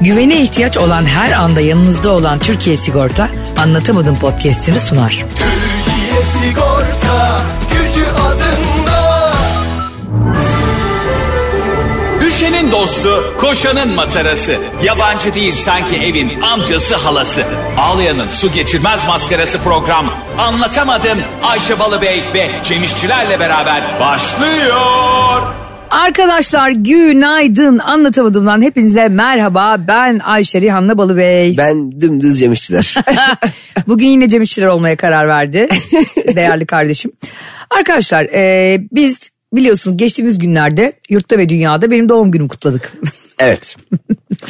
Güvene ihtiyaç olan her anda yanınızda olan Türkiye Sigorta Anlatamadım podcast'ini sunar. Türkiye Sigorta Gücü adında Düşenin dostu, koşanın matarası. Yabancı değil sanki evin amcası halası. Ağlayanın su geçirmez maskarası program. Anlatamadım Ayşe Balıbey ve Cemişçilerle beraber başlıyor. Arkadaşlar günaydın anlatamadımdan hepinize merhaba ben Ayşe Rihanna Balıbey. Ben dümdüz yemişçiler. Bugün yine Cem İşçiler olmaya karar verdi değerli kardeşim. Arkadaşlar e, biz biliyorsunuz geçtiğimiz günlerde yurtta ve dünyada benim doğum günümü kutladık. evet.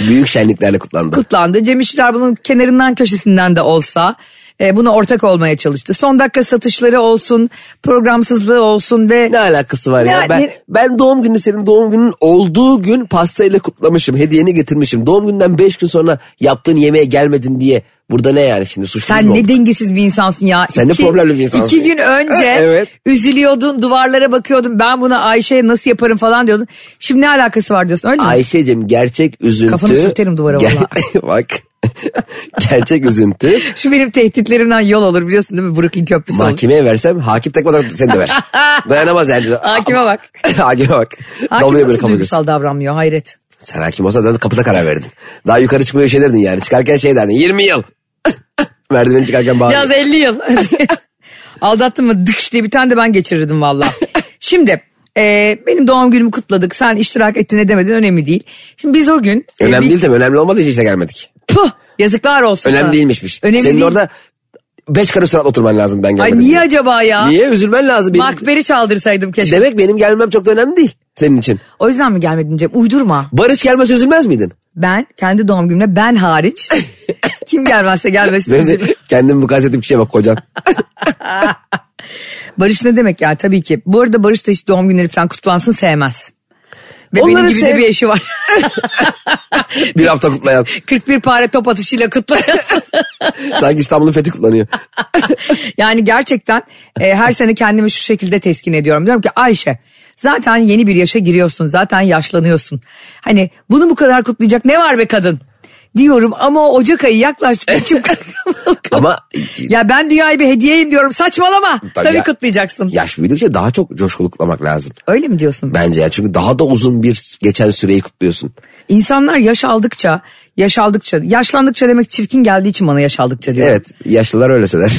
Büyük şenliklerle kutlandı. Kutlandı Cem İşçiler bunun kenarından köşesinden de olsa e, buna ortak olmaya çalıştı. Son dakika satışları olsun programsızlığı olsun ve... Ne alakası var ya? Ya, Ben, ne- ben doğum günü senin doğum günün olduğu gün pastayla kutlamışım. Hediyeni getirmişim. Doğum günden 5 gün sonra yaptığın yemeğe gelmedin diye. Burada ne yani şimdi suçlu Sen mu ne olduk? dengesiz bir insansın ya. Sen de İki- problemli bir insansın. İki gün önce Evet. üzülüyordun, duvarlara bakıyordun. Ben buna Ayşe'ye nasıl yaparım falan diyordun. Şimdi ne alakası var diyorsun öyle mi? Ayşe'cim gerçek üzüntü... Kafanı sürterim duvara Ger- Bak. gerçek üzüntü. Şu benim tehditlerimden yol olur biliyorsun değil mi? Brooklyn Köprüsü olur. Mahkemeye versem hakim tekmadan seni döver. Dayanamaz yani. Hakime bak. Hakime bak. Hakim Dalıyor böyle nasıl kafa göz. duygusal davranmıyor hayret. Sen hakim olsan zaten kapıda karar verdin. Daha yukarı çıkmıyor şey derdin yani. Çıkarken şey derdin 20 yıl. Merdiveni çıkarken Biraz bağırıyor. 50 yıl. Aldattın mı dıkş diye bir tane de ben geçirirdim valla. Şimdi e, benim doğum günümü kutladık. Sen iştirak ettin edemedin önemli değil. Şimdi biz o gün... e, Önemli bir- değil tabii. Önemli olmadığı için işte gelmedik. Puh, yazıklar olsun. Önemli sana. değilmişmiş. Önemli Senin değil. orada beş karı suratla oturman lazım ben Ay gelmedim. niye diye. acaba ya? Niye? Üzülmen lazım. Benim, Makberi çaldırsaydım keşke. demek benim gelmem çok da önemli değil senin için. O yüzden mi gelmedin Cem? Uydurma. Barış gelmese üzülmez miydin? Ben kendi doğum gününe ben hariç. kim gelmezse gelmesin. Benim de kendimi mukayese ettiğim kişiye bak kocan. Barış ne demek ya tabii ki. Bu arada Barış da hiç doğum günleri falan kutlansın sevmez. Ve benim Onları gibi de sev- bir eşi var. Bir hafta kutlayan. 41 pare top atışıyla kutlayan. Sanki İstanbul'un fethi kutlanıyor. yani gerçekten e, her sene kendimi şu şekilde teskin ediyorum. Diyorum ki Ayşe zaten yeni bir yaşa giriyorsun. Zaten yaşlanıyorsun. Hani bunu bu kadar kutlayacak ne var be kadın? Diyorum ama Ocak ayı yaklaştık. içim Ama Ya ben dünyaya bir hediyeyim diyorum saçmalama. Tabii, Tabii ya. kutlayacaksın. yaş büyüdükçe daha çok coşkulu kutlamak lazım. Öyle mi diyorsun? Bence ya çünkü daha da uzun bir geçen süreyi kutluyorsun. İnsanlar yaş aldıkça, yaş aldıkça, yaşlandıkça demek çirkin geldiği için bana yaş aldıkça diyor. Evet yaşlılar öyle söyler.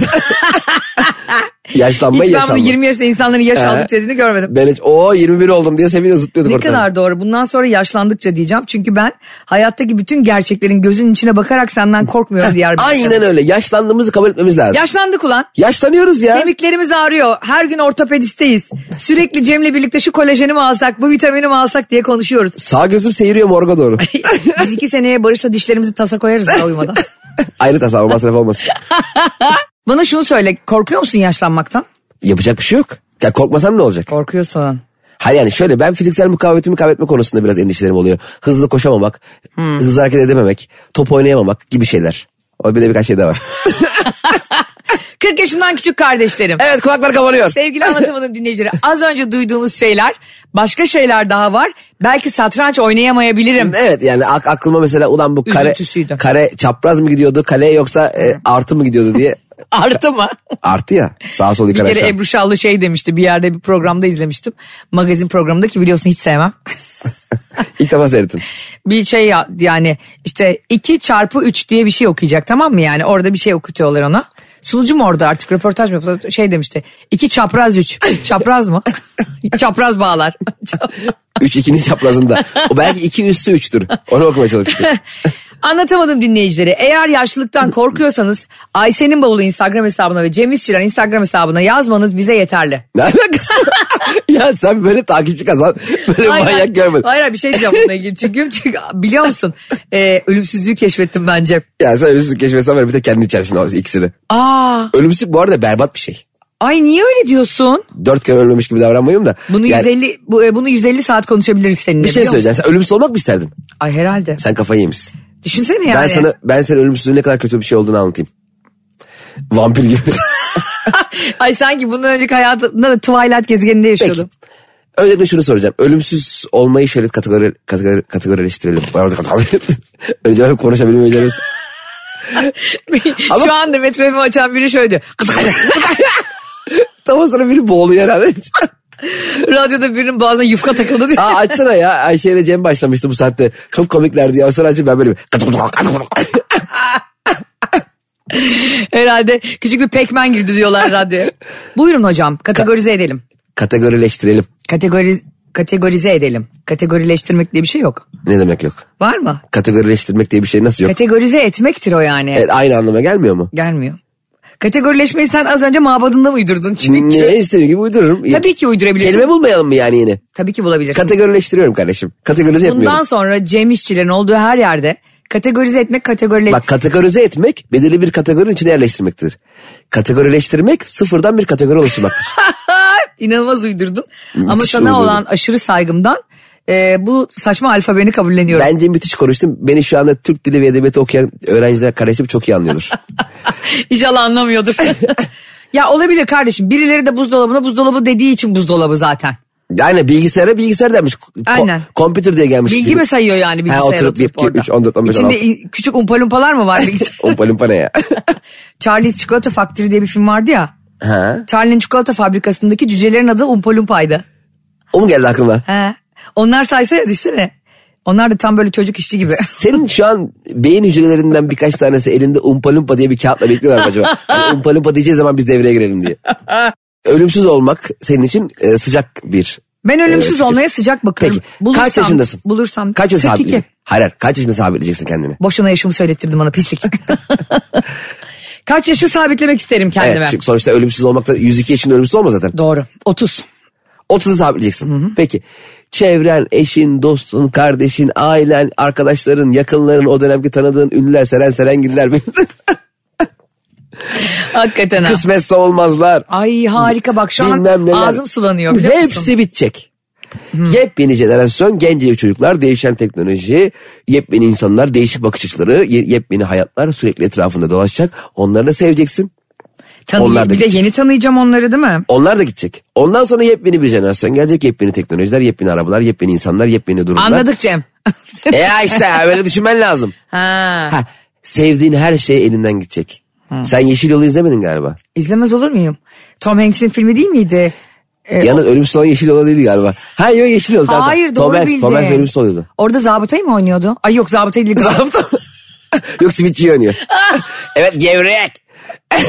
Hiç ben Yaşlanmayı bunu yaşlanmak. 20 yaşında insanların yaş He. aldıkça dediğini görmedim. Ben hiç o 21 oldum diye seviniyor zıplıyorduk Ne ortadan. kadar doğru. Bundan sonra yaşlandıkça diyeceğim. Çünkü ben hayattaki bütün gerçeklerin gözünün içine bakarak senden korkmuyorum diğer bir Aynen öyle yaşlandığımızı kabul etmemiz lazım. Yaşlandık ulan. Yaşlanıyoruz ya. Kemiklerimiz ağrıyor. Her gün ortopedisteyiz. Sürekli Cem'le birlikte şu kolajeni mi alsak, bu vitamini mi alsak diye konuşuyoruz. Sağ gözüm seyiriyor morga doğru. Biz iki seneye Barış'la dişlerimizi tasa koyarız daha uyumadan. Ayrı tasarruf masraf olmasın. Bana şunu söyle korkuyor musun yaşlanmaktan? Yapacak bir şey yok. Ya korkmasam ne olacak? Korkuyorsun. Hayır yani şöyle ben fiziksel mukavemetimi kaybetme konusunda biraz endişelerim oluyor. Hızlı koşamamak, Hmm. hızlı hareket edememek, top oynayamamak gibi şeyler. O bir de birkaç şey daha var. 40 yaşından küçük kardeşlerim. evet kulaklar kapanıyor. Sevgili anlatamadım dinleyicileri az önce duyduğunuz şeyler başka şeyler daha var. Belki satranç oynayamayabilirim. Evet yani ak- aklıma mesela ulan bu kare Üzüntüsüydü. kare çapraz mı gidiyordu kaleye yoksa e, artı mı gidiyordu diye Artı mı? artı ya sağ sol Bir yukarı kere aşağı. Ebru Şallı şey demişti bir yerde bir programda izlemiştim. Magazin programında ki biliyorsun hiç sevmem. İlk defa seyrettim. bir şey ya- yani işte 2 çarpı 3 diye bir şey okuyacak tamam mı yani orada bir şey okutuyorlar ona. Sunucu mu orada artık röportaj mı yapıyor? Şey demişti. 2 çapraz 3. Çapraz mı? çapraz bağlar. Üç ikinin çaprazında. O belki iki üstü üçtür. Onu okumaya çalıştım. Anlatamadım dinleyicilere. Eğer yaşlılıktan korkuyorsanız Ayşe'nin bavulu Instagram hesabına ve Cem İşçiler Instagram hesabına yazmanız bize yeterli. Ne alakası var? ya sen böyle takipçi kazan böyle Hayır, manyak görmedin. Hayır hayır, bir şey diyeceğim bununla ilgili. Çünkü, çünkü biliyor musun e, ölümsüzlüğü keşfettim bence. Ya sen ölümsüzlük keşfetsen böyle bir de kendi içerisinde olsun ikisini. Aa, Ölümsüzlük bu arada berbat bir şey. ay niye öyle diyorsun? Dört kere ölmemiş gibi davranmayayım da. Bunu Yani 150 bu, e, bunu 150 saat konuşabiliriz seninle. Bir şey biliyor musun? söyleyeceğim. Sen ölümsüz olmak mı isterdin? Ay herhalde. Sen kafayı yemişsin. Düşünsene yani. Ben sana ben sana ölümsüzlüğün ne kadar kötü bir şey olduğunu anlatayım. Vampir gibi. Ay sanki bundan önceki hayatında da Twilight gezegeninde yaşıyordum. Öncelikle şunu soracağım. Ölümsüz olmayı şöyle kategori, kategori, kategorileştirelim. Önce ben konuşabilmeyeceğiz. Şu anda Metro FM açan biri şöyle diyor. Tam o sıra biri boğuluyor herhalde. Radyoda birinin boğazına yufka takıldı diye. Aa açsana ya. Ayşe ile Cem başlamıştı bu saatte. Çok komiklerdi ya. O sıra açıp ben böyle bir... Herhalde küçük bir pekmen girdi diyorlar radyoya. Buyurun hocam kategorize edelim. kategorileştirelim. Kategori, kategorize edelim. Kategorileştirmek diye bir şey yok. Ne demek yok? Var mı? Kategorileştirmek diye bir şey nasıl yok? Kategorize etmektir o yani. E, aynı anlama gelmiyor mu? Gelmiyor. Kategorileşmeyi sen az önce mabadında mı uydurdun çünkü? Ne istediğim gibi uydururum. Tabii ki uydurabilirsin. Kelime bulmayalım mı yani yine? Tabii ki bulabilirsin. Kategorileştiriyorum kardeşim. Kategorize Bundan etmiyorum. sonra Cem işçilerin olduğu her yerde kategorize etmek kategorileş... Bak kategorize etmek belirli bir kategorinin içine yerleştirmektir. Kategorileştirmek sıfırdan bir kategori oluşturmaktır. İnanılmaz uydurdun. Ama Müthiş sana uydurdum. olan aşırı saygımdan e, bu saçma alfabeni kabulleniyorum. Bence müthiş konuştum. Beni şu anda Türk dili ve edebiyatı okuyan öğrenciler kardeşim çok iyi anlıyordur. İnşallah anlamıyordur. ya olabilir kardeşim. Birileri de buzdolabına buzdolabı dediği için buzdolabı zaten. Yani bilgisayara bilgisayar denmiş. Ko- Aynen. Computer diye gelmiş. Bilgi mi sayıyor yani bilgisayar Ha, oturup, oturup bir, iki, orada? üç, on dört, on beş, on İçinde altı. i- küçük umpalumpalar mı var bilgisayar? Umpa lumpa ne ya? Charlie's Çikolata Factory diye bir film vardı ya. ha. Charlie'nin çikolata fabrikasındaki cücelerin adı Umpalumpa'ydı. O mu geldi aklına? He. Onlar saysa ya düşsene. Onlar da tam böyle çocuk işçi gibi. Senin şu an beyin hücrelerinden birkaç tanesi elinde umpa lumpa diye bir kağıtla bekliyorlar mı acaba? Hani umpa lumpa diyeceği zaman biz devreye girelim diye. Ölümsüz olmak senin için e, sıcak bir. Ben ölümsüz Ee, olmaya sıcak bakıyorum. Peki kaç yaşındasın? Bulursam. Kaç yaşında 42. sabitleceksin? Hayır hayır, kaç yaşında sabitleyeceksin kendini? Boşuna yaşımı söylettirdin bana pislik. kaç yaşı sabitlemek isterim kendime. Evet çünkü sonuçta ölümsüz olmakta 102 yaşında ölümsüz olma zaten. Doğru. 30. 30'u sabitleyeceksin. Peki çevren, eşin, dostun, kardeşin, ailen, arkadaşların, yakınların, o dönemki tanıdığın ünlüler, seren serengiller, Hakikaten ha. kısmetse olmazlar. Ay harika bak şu an bilmem neler. ağzım sulanıyor biliyor musun? Hepsi bitecek. Yepyeni jenerasyon, genç çocuklar, değişen teknoloji, yepyeni insanlar, değişik bakış açıları, ye- yepyeni hayatlar sürekli etrafında dolaşacak. Onları da seveceksin. Tanı- onlar da bir de gidecek. yeni tanıyacağım onları değil mi? Onlar da gidecek. Ondan sonra yepyeni bir jenerasyon gelecek. Yepyeni teknolojiler, yepyeni arabalar, yepyeni insanlar, yepyeni durumlar. Anladık Cem. E ya işte böyle düşünmen lazım. ha. Ha, sevdiğin her şey elinden gidecek. Sen Yeşil Yol'u izlemedin galiba. İzlemez olur muyum? Tom Hanks'in filmi değil miydi? E, Yalnız ölümsüz olan Yeşil Yol'a değildi galiba. Ha yok Yeşil Yol. tamam, Hayır tamam. doğru Tom Hanks- bildin. Tom Hanks ölümsüz oluyordu. Orada zabıtayı mı oynuyordu? Ay yok zabıtayı değil. Zabıta Yok simitçi oynuyor. evet gevrek.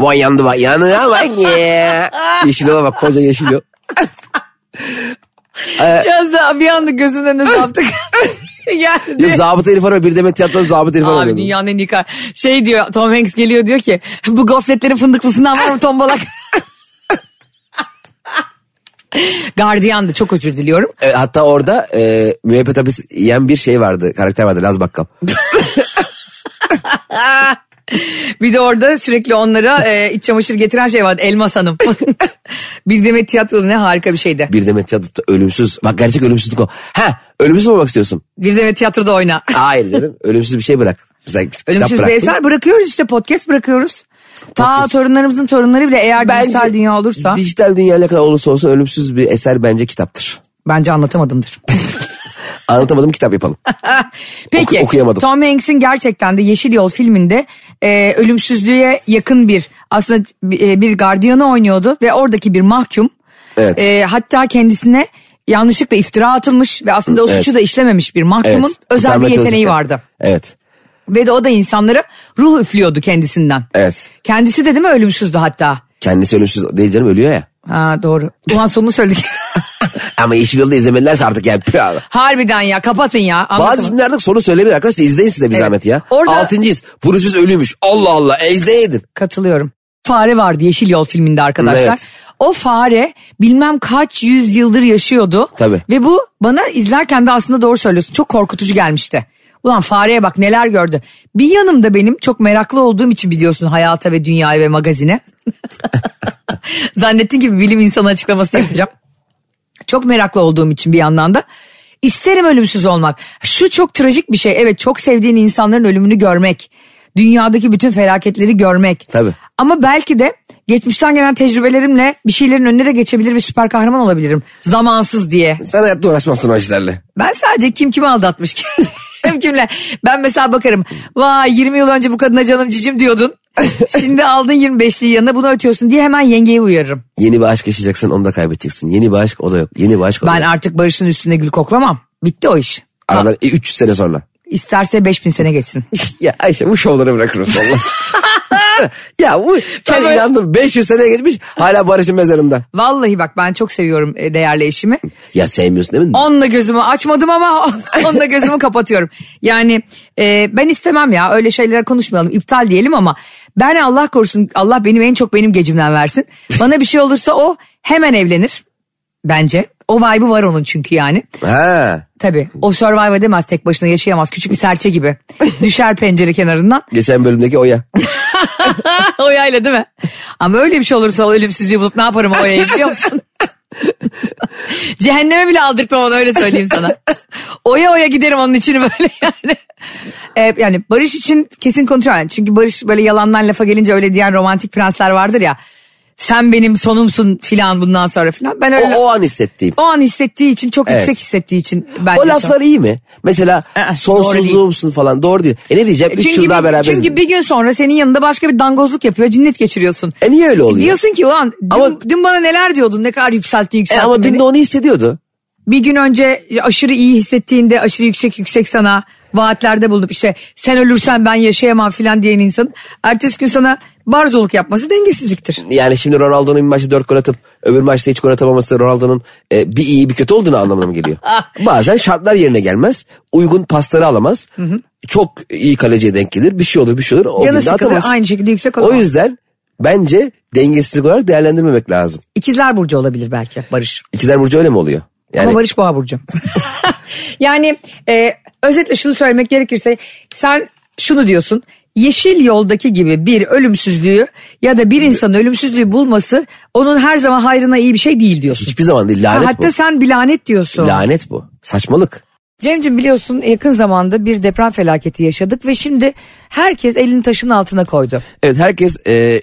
Vay yandı bak yanına bak ya. Yeşil yola bak koca yeşil yol. Ee, Biraz da bir anda gözümün önüne zabıta geldi. Yok zabıta herif var bir demet tiyatroda zabıta herif var. Abi dünyanın en iyi kar- Şey diyor Tom Hanks geliyor diyor ki bu gofletlerin fındıklısından var mı tombalak? Gardiyandı çok özür diliyorum. Evet, hatta orada e, müebbet hapis yiyen bir şey vardı karakter vardı Laz Bakkal. Bir de orada sürekli onlara e, iç çamaşır getiren şey vardı Elmas Hanım. bir demet tiyatroda ne harika bir şeydi. Bir demet tiyatroda ölümsüz. Bak gerçek ölümsüzlük o. Ha ölümsüz mü olmak istiyorsun? Bir demet tiyatroda oyna. Hayır canım ölümsüz bir şey bırak. Mesela kitap Ölümsüz bir bıraktın. eser bırakıyoruz işte podcast bırakıyoruz. Ta Podcast. torunlarımızın torunları bile eğer Bence dijital dünya olursa Dijital dünya ne kadar olursa olsun ölümsüz bir eser bence kitaptır. bence anlatamadımdır. Anlatamadım kitap yapalım. Peki Oku- okuyamadım. Tom Hanks'in gerçekten de Yeşil Yol filminde e, ölümsüzlüğe yakın bir aslında e, bir gardiyanı oynuyordu ve oradaki bir mahkum Evet. e, hatta kendisine yanlışlıkla iftira atılmış ve aslında o Evet. suçu da işlememiş bir mahkumun özel kurtarmaya bir yeteneği çalışırken. vardı. Evet. Ve de o da insanlara ruh üflüyordu kendisinden. Evet. Kendisi de değil mi ölümsüzdü hatta. Kendisi ölümsüz değil canım ölüyor ya. Ha doğru. Ulan sonunu söyledik. Ama Yeşil Yolda izlemedilerse artık yani. püh abi. Harbiden ya kapatın ya. Anlatamadım. Bazı filmlerde sonu söylemiyor arkadaşlar izleyin siz de bir Evet. zahmet ya. Orada- Altıncıyız. Bruce Willis ölüymüş. Allah Allah e, izleyin. Katılıyorum. Fare vardı Yeşil Yol filminde arkadaşlar. Evet. O fare bilmem kaç yüz yıldır yaşıyordu. Tabii. Ve bu bana izlerken de aslında doğru söylüyorsun. Çok korkutucu gelmişti. Ulan fareye bak neler gördü. Bir yanımda benim çok meraklı olduğum için biliyorsun hayata ve dünyaya ve magazine. Zannettiğin gibi bilim insanı açıklaması yapacağım. çok meraklı olduğum için bir yandan da isterim ölümsüz olmak. Şu çok trajik bir şey. Evet çok sevdiğin insanların ölümünü görmek. Dünyadaki bütün felaketleri görmek. Tabii. Ama belki de geçmişten gelen tecrübelerimle bir şeylerin önüne de geçebilir bir süper kahraman olabilirim. Zamansız diye. Sen hayatta uğraşmazsın o işlerle. Ben sadece kim kimi aldatmış kim kimle. Ben mesela bakarım. Vay 20 yıl önce bu kadına canım cicim diyordun. Şimdi aldın 25'liği yanına bunu ötüyorsun diye hemen yengeye uyarırım. Yeni bir aşk yaşayacaksın onu da kaybedeceksin. Yeni bir aşk o da yok. Yeni bir aşk o da Ben yok. artık Barış'ın üstüne gül koklamam. Bitti o iş. Aradan e, 300 sene sonra. İsterse 5000 sene geçsin. Ya Ayşe bu şovları bırakırız valla. ya bu ben Tabii. inandım 500 sene geçmiş hala Barış'ın mezarında. Vallahi bak ben çok seviyorum e, değerli eşimi. Ya sevmiyorsun değil mi? Onunla gözümü açmadım ama onunla gözümü kapatıyorum. Yani e, ben istemem ya öyle şeylere konuşmayalım iptal diyelim ama ben Allah korusun Allah benim en çok benim gecimden versin. Bana bir şey olursa o hemen evlenir bence. O vibe'ı var onun çünkü yani. Ha. Tabii o survive edemez tek başına yaşayamaz küçük bir serçe gibi. Düşer pencere kenarından Geçen bölümdeki Oya. oyayla değil mi? Ama öyle bir şey olursa o ölümsüzlüğü bulup ne yaparım o oyayı biliyor musun? Cehenneme bile aldırtmam onu öyle söyleyeyim sana. Oya oya giderim onun için böyle yani. Ee, yani Barış için kesin konuşuyorum. Çünkü Barış böyle yalandan lafa gelince öyle diyen romantik prensler vardır ya. Sen benim sonumsun filan bundan sonra filan. Ben O, öyle o, o an hissettiğim. an hissettiği için çok Evet. yüksek hissettiği için bence. O son. laflar iyi mi? Mesela Ee, sonsuzluğumsun falan doğru değil. E ne diyeceğim 3 Çünkü, yıl daha bir, beraberiz. çünkü bir gün sonra senin yanında başka bir dangozluk yapıyor cinnet geçiriyorsun. E niye öyle oluyor? Diyorsun ki ulan dün, Ama- dün bana neler diyordun ne kadar yükselttin E yükselttin ama dün beni. de onu hissediyordu. Bir gün önce aşırı iyi hissettiğinde aşırı yüksek yüksek sana vaatlerde bulunup işte sen ölürsen ben yaşayamam filan diyen insan ertesi gün sana barzoluk yapması dengesizliktir. Yani şimdi Ronaldo'nun bir maçta 4 gol atıp öbür maçta hiç gol atamaması Ronaldo'nun e, bir iyi bir kötü olduğunu anlamına mı geliyor? Bazen şartlar yerine gelmez. Uygun pasları alamaz. Çok iyi kaleciye denk gelir. Bir şey olur bir şey olur. O Canı gün de sıkılır atamaz. aynı şey şekilde yüksek O olamaz. yüzden bence dengesizlik olarak değerlendirmemek lazım. İkizler Burcu olabilir belki Barış. İkizler Burcu öyle mi oluyor? Yani Ama Barış Boğa Burcu. yani e, özetle şunu söylemek gerekirse sen şunu diyorsun. Yeşil yoldaki gibi bir ölümsüzlüğü ya da bir insanın ölümsüzlüğü bulması onun her zaman hayrına iyi bir şey değil diyorsun. hiçbir zaman değil. Ha, Lanet hatta bu. sen bir lanet diyorsun. Lanet bu. Saçmalık. Cemcim biliyorsun yakın zamanda bir deprem felaketi yaşadık ve şimdi herkes elini taşın altına koydu. Evet herkes e,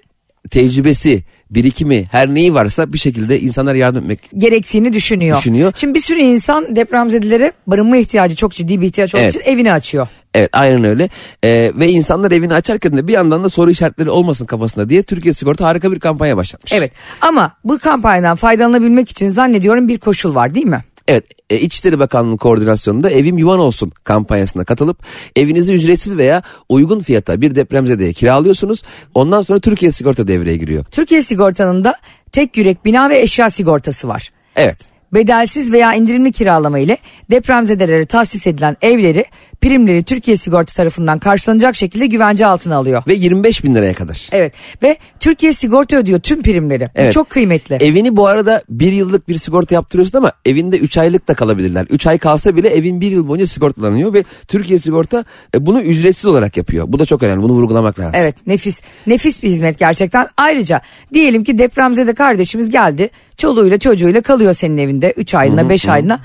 tecrübesi, birikimi, her neyi varsa bir şekilde insanlar yardım etmek Gerektiğini düşünüyor. Düşünüyor. Şimdi bir sürü insan depremzedelere barınma ihtiyacı çok ciddi bir ihtiyaç olduğu Evet. için evini açıyor. Evet aynen öyle. Ee, ve insanlar evini açarken de bir yandan da soru işaretleri olmasın kafasında diye Türkiye Sigorta harika bir kampanya başlatmış. Evet ama bu kampanyadan faydalanabilmek için zannediyorum bir koşul var değil mi? Evet e, İçişleri Bakanlığı koordinasyonunda evim yuvan olsun kampanyasına katılıp evinizi ücretsiz veya uygun fiyata bir depremzedeye kiralıyorsunuz. Ondan sonra Türkiye Sigorta devreye giriyor. Türkiye Sigorta'nın da tek yürek bina ve eşya sigortası var. Evet. Bedelsiz veya indirimli kiralama ile depremzedelere tahsis edilen evleri primleri Türkiye Sigorta tarafından karşılanacak şekilde güvence altına alıyor. Ve 25 bin liraya kadar. Evet ve Türkiye Sigorta ödüyor tüm primleri. Bu Evet. çok kıymetli. Evini bu arada bir yıllık bir sigorta yaptırıyorsun ama evinde 3 aylık da kalabilirler. 3 ay kalsa bile evin bir yıl boyunca sigortalanıyor ve Türkiye Sigorta e, bunu ücretsiz olarak yapıyor. Bu da çok önemli. Bunu vurgulamak lazım. Evet nefis nefis bir hizmet gerçekten. Ayrıca diyelim ki depremzede kardeşimiz geldi. Çoluğuyla çocuğuyla kalıyor senin evinde 3 aylığına 5 aylığına.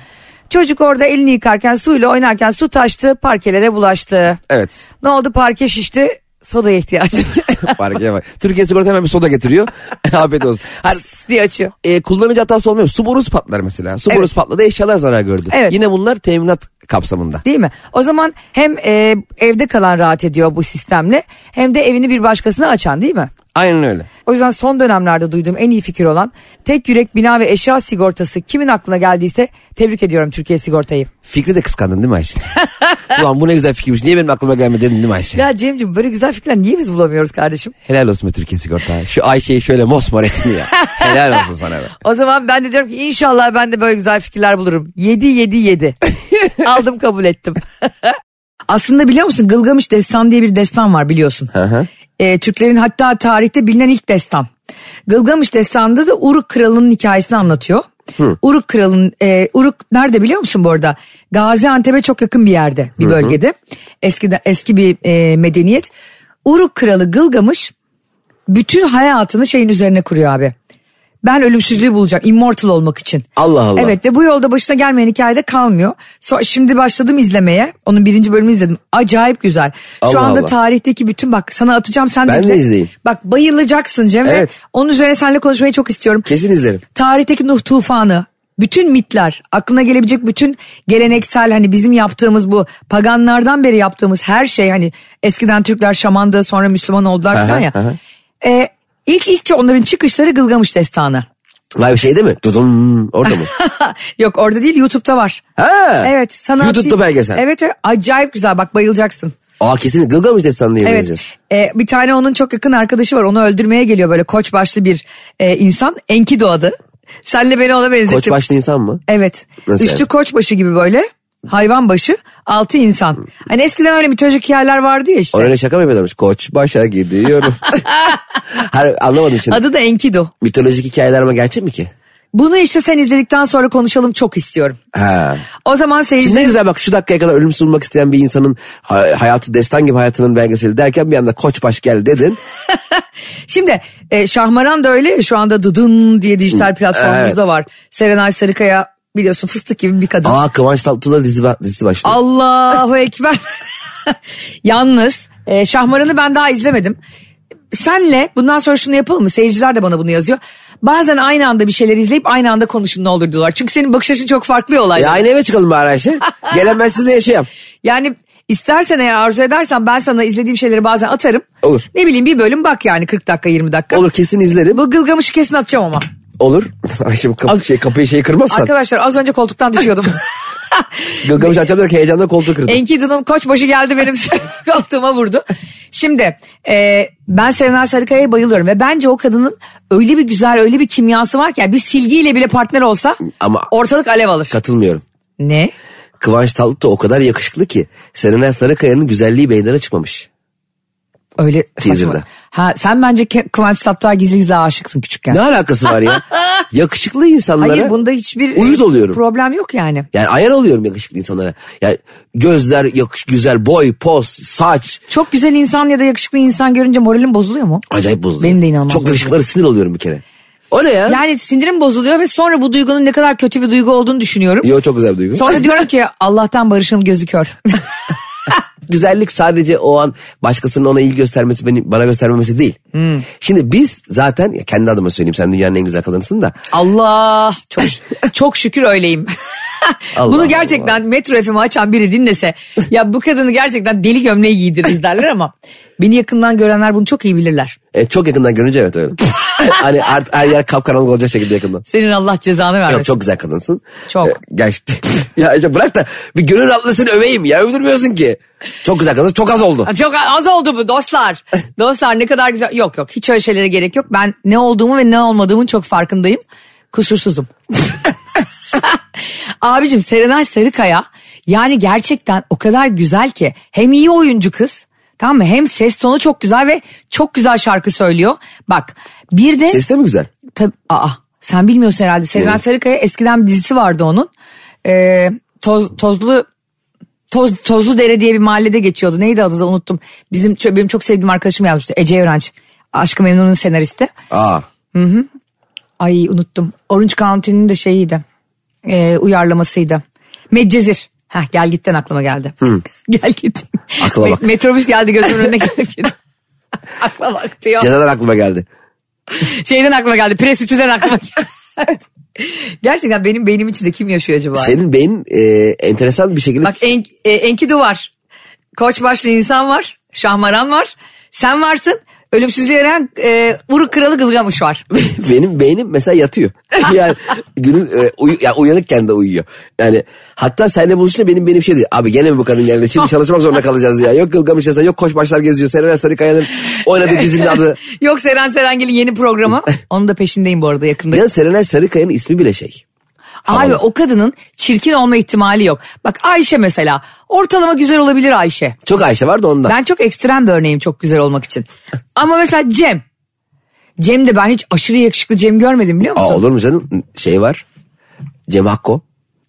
Çocuk orada elini yıkarken suyla oynarken su taştı parkelere bulaştı. Evet. Ne oldu parke şişti sodaya ihtiyacı var Fark bak. Türkiye Sigorta hemen bir soda getiriyor. Afiyet olsun. Hayır, diye açıyor. e, kullanıcı hatası olmuyor. Su borusu patlar mesela. Su Evet. borusu patladı eşyalar zarar gördü. Evet. Yine bunlar teminat kapsamında. Değil mi? O zaman hem e, evde kalan rahat ediyor bu sistemle hem de evini bir başkasına açan değil mi? Aynen öyle. O yüzden son dönemlerde duyduğum en iyi fikir olan tek yürek bina ve eşya sigortası kimin aklına geldiyse tebrik ediyorum Türkiye Sigorta'yı. Fikri de kıskandın değil mi Ayşe? Ulan bu ne güzel fikirmiş. Niye benim aklıma gelmedi dedin değil mi Ayşe? Ya Cem'ciğim böyle güzel fikirler niye biz bulamıyoruz kardeşim? Helal olsun be Türkiye Sigorta. Şu Ayşe'yi şöyle mosmor ettin ya. Helal olsun sana be. O zaman ben de diyorum ki inşallah ben de böyle güzel fikirler bulurum. 7 7 7. Aldım kabul ettim. Aslında biliyor musun Gılgamış Destan diye bir destan var biliyorsun. Ee, Türklerin hatta tarihte bilinen ilk destan. Gılgamış Destanı'nda da Uruk Kralı'nın hikayesini anlatıyor. Uruk Kralı'nın, e, Uruk nerede biliyor musun bu arada? Gaziantep'e çok yakın bir yerde, bir bölgede. Eski, eski bir e, medeniyet. Uruk Kralı Gılgamış bütün hayatını şeyin üzerine kuruyor abi. ben ölümsüzlüğü bulacağım immortal olmak için. Allah Allah. Evet ve bu yolda başına gelmeyen hikayede kalmıyor. So- şimdi başladım izlemeye. Onun birinci bölümünü izledim. Acayip güzel. Şu Allah anda Allah. tarihteki bütün bak sana atacağım sen Ben de izle. izleyeyim. Bak bayılacaksın Cemre. Evet. Onun üzerine seninle konuşmayı çok istiyorum. Kesin izlerim. Tarihteki Nuh tufanı, bütün mitler, aklına gelebilecek bütün geleneksel hani bizim yaptığımız bu paganlardan beri yaptığımız her şey hani eskiden Türkler şamandı sonra Müslüman oldular falan ya. Ee, ilk ilkçe onların çıkışları Gılgamış destanı. Live şeyde şey mi? Dudum orada mı? Yok orada değil YouTube'da var. Ha. Evet sanat. YouTube'da belgesel. Evet evet, acayip güzel bak bayılacaksın. Aa kesin Gılgamış destanını Evet. yemeyeceğiz. Ee, bir tane onun çok yakın arkadaşı var. Onu öldürmeye geliyor böyle koç başlı bir e, insan. Enkido adı. Senle beni ona benzettim. Koç başlı insan mı? Evet. Nasıl Üstü yani? koç başı gibi böyle. Hayvan başı, altı insan. Hani eskiden öyle mitolojik hikayeler vardı ya işte. Ona Hmm. öyle şaka mı yapıyorlarmış? Koç başa gidiyorum. Hayır, anlamadım şimdi. Adı da Enkido. Mitolojik hikayeler ama gerçek mi ki? Bunu işte sen izledikten sonra konuşalım çok istiyorum. Ha. O zaman Şimdi ne seyirciler... güzel bak şu dakikaya kadar ölümsüz olmak isteyen bir insanın ha- hayatı destan gibi hayatının belgeseli derken bir anda koçbaş gel dedin. Şimdi e, Şahmaran da öyle ya, şu anda Dıdın diye dijital platformumuzda evet. var. Serenay Sarıkaya biliyorsun fıstık gibi bir kadın. Aa Kıvanç Tatlıtuğ'la dizi, ba- dizisi başladı. Allahu Ekber. Yalnız e, Şahmaran'ı ben daha izlemedim. Senle bundan sonra şunu yapalım mı? Seyirciler de bana bunu yazıyor. Bazen aynı anda bir şeyler izleyip aynı anda konuşun ne olur diyorlar. Çünkü senin bakış açın çok farklı ya E olaylar. aynı eve çıkalım bari Ayşe. Gelemezsin diye şey yap. Yani istersen eğer arzu edersen ben sana izlediğim şeyleri bazen atarım. Olur. Ne bileyim bir bölüm bak yani 40 dakika 20 dakika. Olur kesin izlerim. Bu Gılgamış'ı kesin atacağım ama. Olur. Ayşe bu kapı, şey, kapıyı şey kırmazsan. Arkadaşlar az önce koltuktan düşüyordum. Gılgamış şey açacağım derken heyecandan koltuğu kırdı. Enkidu'nun koçbaşı geldi benim koltuğuma vurdu. Şimdi e, ben Serenay Sarıkaya'ya bayılıyorum ve bence o kadının öyle bir güzel öyle bir kimyası var ki yani bir silgiyle bile partner olsa Ama- ortalık alev alır. Katılmıyorum. ne? Kıvanç Tatlıtuğ o kadar yakışıklı ki Serenay Sarıkaya'nın güzelliği meydana çıkmamış. Öyle saçma. Teaser'da. Ha, sen bence Ke- Kıvanç Tatlıtuğ'a gizli gizli aşıksın küçükken. Ne alakası var ya? yakışıklı insanlara Hayır bunda hiçbir e, uyuz oluyorum. problem yok yani. Yani ayar oluyorum yakışıklı insanlara. Yani gözler yakış, güzel, boy, poz, saç. Çok güzel insan ya da yakışıklı insan görünce moralim bozuluyor mu? Acayip bozuluyor. Benim de inanılmaz Çok bozuluyor. yakışıklara sinir oluyorum bir kere. O ne ya? Yani sinirim bozuluyor ve sonra bu duygunun ne kadar kötü bir duygu olduğunu düşünüyorum. Yo çok güzel bir duygu. Sonra diyorum ki Allah'tan barışım gözü kör. Güzellik sadece o an başkasının ona ilgi göstermesi beni, bana göstermemesi değil. Hmm. Şimdi biz zaten ya kendi adıma söyleyeyim sen dünyanın en güzel kadınısın da. Allah çok çok şükür öyleyim. Allah Bunu Allah. gerçekten Metro FM'i açan biri dinlese ya bu kadını gerçekten deli gömleği giydiririz derler ama beni yakından görenler bunu çok iyi bilirler. E, çok yakından görünce evet öyle. hani art, her yer kapkaranlık olacak şekilde yakından. Senin Allah cezanı vermesin. Yok çok güzel kadınsın. Çok. E, gerçekten. ya işte bırak da bir gönül rahatlığı seni öveyim ya övdürmüyorsun ki. Çok güzel kadınsın çok az oldu. Çok az oldu bu dostlar. Dostlar ne kadar güzel. Yok yok hiç öyle şeylere gerek yok. Ben ne olduğumu ve ne olmadığımın çok farkındayım. Kusursuzum. Abicim Serenay Sarıkaya yani gerçekten o kadar güzel ki hem iyi oyuncu kız tamam mı hem ses tonu çok güzel ve çok güzel şarkı söylüyor. Bak bir de Ses de mi güzel? Tabii, aa, sen bilmiyorsun herhalde. Sezen Evet. Sarıkaya eskiden bir dizisi vardı onun. Ee, toz, tozlu Toz, Tozlu Dere diye bir mahallede geçiyordu. Neydi adı da unuttum. Bizim çö- benim çok sevdiğim arkadaşım yazmıştı. Ece Öğrenç. Aşkı Memnun'un senaristi. Aa. Ay unuttum. Orange County'nin de şeyiydi. Ee, uyarlamasıydı. Medcezir. Heh, gel gitten aklıma geldi. gel git. Aklıma bak. metrobüs geldi gözümün önüne geldi. aklıma bak diyor. Cezadan aklıma geldi. Şeyden aklıma geldi. Presütüden aklıma geldi. Gerçekten benim beynim içinde kim yaşıyor acaba? Senin beyin e, enteresan bir şekilde Bak en, e, Enkidu var. Koç başlı insan var. Şahmaran var. Sen varsın. Ölümsüzlüğe eren e, Uruk Kralı Gılgamış var. benim beynim mesela yatıyor. yani günün e, uyu, ya uyanıkken de uyuyor. Yani hatta seninle buluşunca benim benim şey diyor. Abi gene mi bu kadın geldi? Şimdi çalışmak zorunda kalacağız ya. Yok Gılgamış Hasan, yok Koçbaşlar geziyor. Serenay Sarıkaya'nın oynadığı dizinin adı. Yok Seren Serengil'in yeni programı. Onun da peşindeyim bu arada yakında. Ya Serenay Sarıkaya'nın ismi bile şey. Abi o kadının çirkin olma ihtimali yok. Bak Ayşe mesela. Ortalama güzel olabilir Ayşe. Çok Ayşe var da ondan. Ben çok ekstrem bir örneğim çok güzel olmak için. Ama mesela Cem. Cem de ben hiç aşırı yakışıklı Cem görmedim biliyor musun? Aa, olur mu canım? Şey var. Cem Hakko.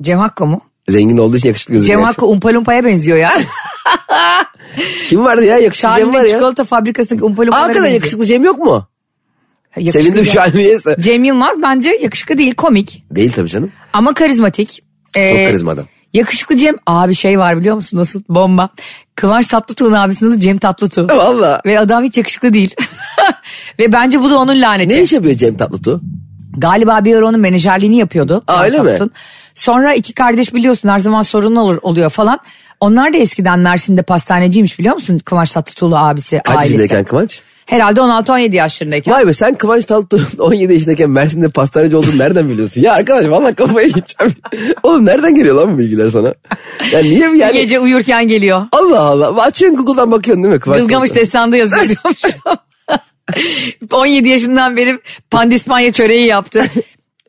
Cem Hakko mu? Zengin olduğu için yakışıklı gözüküyor. Cem Hakko Umpa Lumpa'ya benziyor ya. Kim vardı ya? Yakışıklı Cem var Charlie'nin ya. çikolata fabrikasındaki Umpa Aa, Lumpa'lara hakikaten benziyor. yakışıklı Cem yok mu? Yakışıklı Sevindim ya. şu an niyeyse. Cem Yılmaz bence yakışıklı değil komik Değil tabii canım. ama karizmatik. Ee, karizma adam. Yakışıklı Cem. Abi şey var biliyor musun nasıl bomba. Kıvanç Tatlıtuğ'un abisinin adı Cem Tatlıtuğ. Valla. Ve adam hiç yakışıklı değil. Ve bence bu da onun laneti. Ne iş yapıyor Cem Tatlıtuğ? Galiba bir ara onun menajerliğini yapıyordu. Aa, öyle mi? Samsun. Sonra iki kardeş biliyorsun her zaman sorun olur, oluyor falan. Onlar da eskiden Mersin'de pastaneciymiş biliyor musun? Kıvanç Tatlıtuğlu abisi Kaç ailesi. yaşındayken Kıvanç? Herhalde 16-17 yaşlarındayken. Vay be sen Kıvanç Tatlıtuğ'un 17 yaşındayken Mersin'de pastaneci olduğunu nereden biliyorsun? Ya arkadaş valla kafaya gideceğim. Oğlum nereden geliyor lan bu bilgiler sana? Ya niye bu yani? Bir gece uyurken geliyor. Allah Allah. Açıyorsun Google'dan bakıyorsun değil mi? Kıvanç Kızgamış Tatlıtuğ? destanda yazıyor diyormuş. 17 yaşından beri pandispanya çöreği yaptı.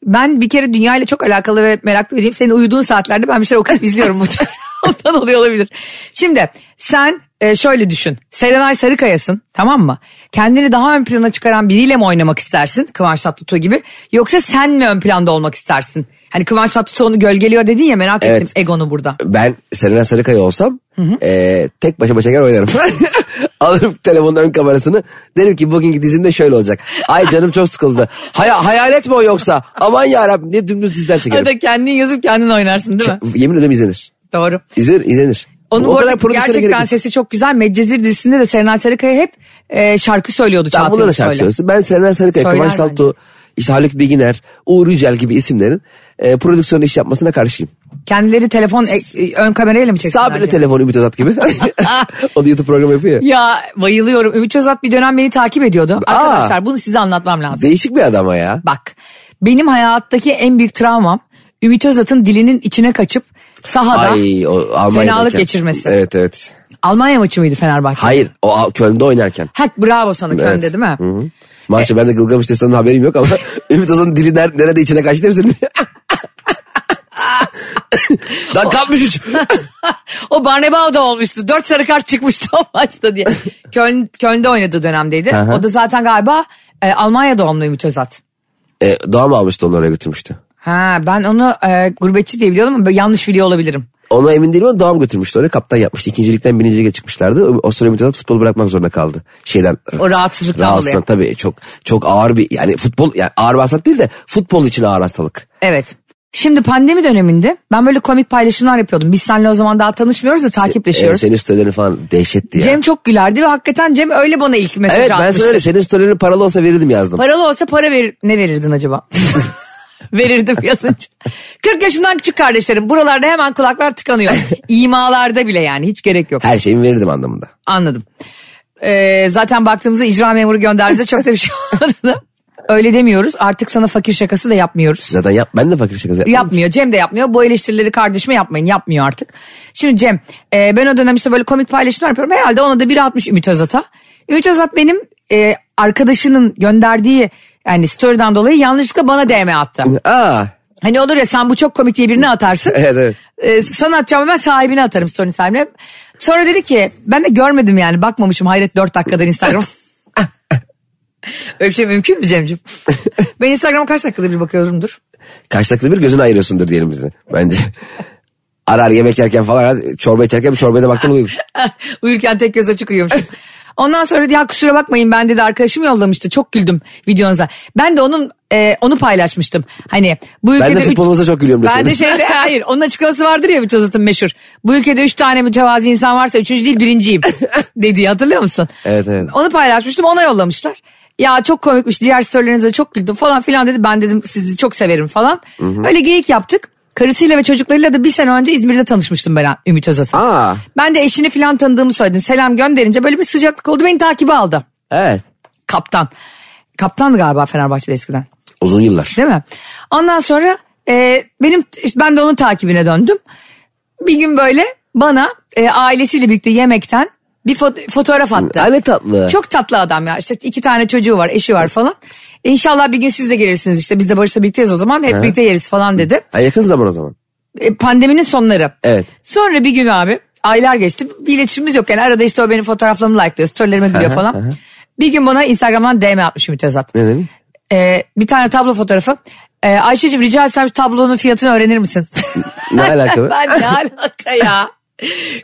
Ben bir kere dünyayla çok alakalı ve meraklı biriyim. Senin uyuduğun saatlerde ben bir şeyler okuyup izliyorum muhtemelen. Ondan oluyor olabilir. Şimdi sen e, şöyle düşün. Serenay Sarıkaya'sın tamam mı? Kendini daha ön plana çıkaran biriyle mi oynamak istersin? Kıvanç Tatlıtuğ gibi. Yoksa sen mi ön planda olmak istersin? Hani Kıvanç Tatlıtuğ onu gölgeliyor dedin ya merak Evet. ettim egonu burada. Ben Serena Sarıkaya olsam eee, tek başa başa gel oynarım. Alırım telefonun ön kamerasını. Derim ki bugünkü dizimde şöyle olacak. Ay canım çok sıkıldı. Hay hayalet mi o yoksa? Aman yarabbim diye dümdüz dizler Ya çekerim. da kendin yazıp kendin oynarsın değil mi? Yemin ediyorum izlenir. Doğru. İzlenir, izlenir. Onun bu arada prodüksiyona gerek gerçekten yok. sesi çok güzel. Medcezir dizisinde de Serenay Sarıkaya hep e, şarkı söylüyordu Tam Çağatay bunlara şarkı Ulusoy'la. söylüyorsun. Ben Serven Sarıkaya, Söyler Kıvanç Tatlıtuğ, işte Haluk Bilginer, Uğur Yücel gibi isimlerin e, prodüksiyon iş yapmasına karşıyım. Kendileri telefon e, e, ön kamerayla mı çektiler? Sabir'le diye? telefonu Ümit Özat gibi. o da YouTube programı yapıyor ya. Ya bayılıyorum. Ümit Özat bir dönem beni takip ediyordu. Aa. Arkadaşlar bunu size anlatmam lazım. Değişik bir adam o ya. Bak benim hayattaki en büyük travmam Ümit Özat'ın dilinin içine kaçıp sahada Ay o Almanya'dayken. fenalık geçirmesi. Evet evet. Almanya maçı mıydı Fenerbahçe? Hayır o Al- Köln'de oynarken. Ha, bravo sana Evet. Köln'de değil mi? Hı hı. E- Maşallah ben de Gılgamış Destanı'nın haberim yok ama Ümit Özat'ın dili ner- nerede içine kaçtı hepsini. Lan kalkmış üç. O Barnebao'da olmuştu. Dört sarı kart çıkmıştı o maçta diye. Köln, Köln'de oynadığı dönemdeydi. Aha. O da zaten galiba e, Almanya doğumlu Ümit Özat. e, doğum almıştı onu oraya götürmüştü. Ha, ben onu e, gurbetçi diye biliyordum ama yanlış biliyor olabilirim. Ona emin değilim ama doğum götürmüştü oraya. Kaptan yapmıştı. İkincilikten birinciliğe çıkmışlardı. O- O sıra Ümit Özat futbolu bırakmak zorunda kaldı. Şeyden. O rahatsızlıktan rahatsızlıktan tabii çok çok ağır bir yani futbol yani ağır bir hastalık değil de futbol için ağır hastalık. Evet. Şimdi pandemi döneminde ben böyle komik paylaşımlar yapıyordum. Biz seninle o zaman daha tanışmıyoruz da Ee, takipleşiyoruz. senin storylerin falan dehşetti ya. Cem çok gülerdi ve hakikaten Cem öyle bana ilk mesaj evet ben atmıştı. sana öyle senin storylerin paralı olsa verirdim yazdım. Paralı olsa para verir, ne verirdin acaba? Verirdim yazınca. 40 yaşından küçük kardeşlerim buralarda hemen kulaklar tıkanıyor. İmalarda bile yani hiç gerek yok. Her şeyimi verirdim anlamında. Anladım. Ee, zaten baktığımızda icra memuru gönderdiğinde çok da bir şey olmadı. Öyle demiyoruz. Artık sana fakir şakası da yapmıyoruz. Zaten yap, ben de fakir şakası yaptım. Yapmıyor. Cem de yapmıyor. Bu eleştirileri kardeşime yapmayın. Yapmıyor artık. Şimdi Cem e, ben o dönem işte böyle komik paylaşımlar yapıyorum. Herhalde ona da biri atmış Ümit Özat'a. Ümit Özat benim e, arkadaşının gönderdiği yani story'den dolayı yanlışlıkla bana DM attı. Aa, Hani olur ya sen bu çok komik diye birine atarsın. Evet, evet. Ee, sana atacağım ben sahibine atarım story sahibine. Sonra dedi ki ben de görmedim yani bakmamışım hayret 4 dakikadan Instagram. Öyle bir şey mümkün mü Cem'ciğim? ben Instagram'a kaç dakikada bir bakıyorumdur. kaç dakikada bir gözünü ayırıyorsundur diyelim bize bence. Ara ara yemek yerken falan çorba içerken bir çorbaya da baktın uyuyor. Uyurken tek göz açık uyuyormuşum. Ondan sonra dedi ya kusura bakmayın ben dedi arkadaşım yollamıştı çok güldüm videonuza. Ben de onun e, onu paylaşmıştım. Hani bu ülkede Ben de üç- futbolumuza çok gülüyorum. Ben desene. de şeyde hayır onun açıklaması vardır ya bir tozatın meşhur. Bu ülkede üç tane mütevazi insan varsa üçüncü değil birinciyim dediği hatırlıyor musun? Evet, evet. Onu paylaşmıştım ona yollamışlar. Ya çok komikmiş diğer storylerinize çok güldüm falan filan dedi. Ben dedim sizi çok severim falan. Öyle geyik yaptık. Karısıyla ve çocuklarıyla da bir sene önce İzmir'de tanışmıştım ben Ümit Özat'ın. Aa. Ben de eşini filan tanıdığımı söyledim. Selam gönderince böyle bir sıcaklık oldu beni takibe aldı. Evet. Kaptan. Kaptan galiba Fenerbahçe'de eskiden. Uzun yıllar. Değil mi? Ondan sonra e, benim ben de onun takibine döndüm. Bir gün böyle bana e, ailesiyle birlikte yemekten bir fo- fotoğraf attı. Ay ne tatlı. Çok tatlı adam ya. İşte iki tane çocuğu var, eşi var falan. İnşallah bir gün siz de gelirsiniz işte. Biz de Barış'la birlikteyiz o zaman. Hep birlikte yeriz falan dedi. Ha, yakın zaman o zaman. E, pandeminin sonları. Evet. Sonra bir gün abi aylar geçti. Bir iletişimimiz yok yani. Arada işte o benim fotoğraflarımı like'lıyor. Storylerime gülüyor falan. Bir gün bana Instagram'dan DM atmış Ümit Özat. Ne demek? Ee, bir tane tablo fotoğrafı. Ee, Ayşe'cim rica etsem şu tablonun fiyatını öğrenir misin? Ne alaka? be? ben ne alaka ya?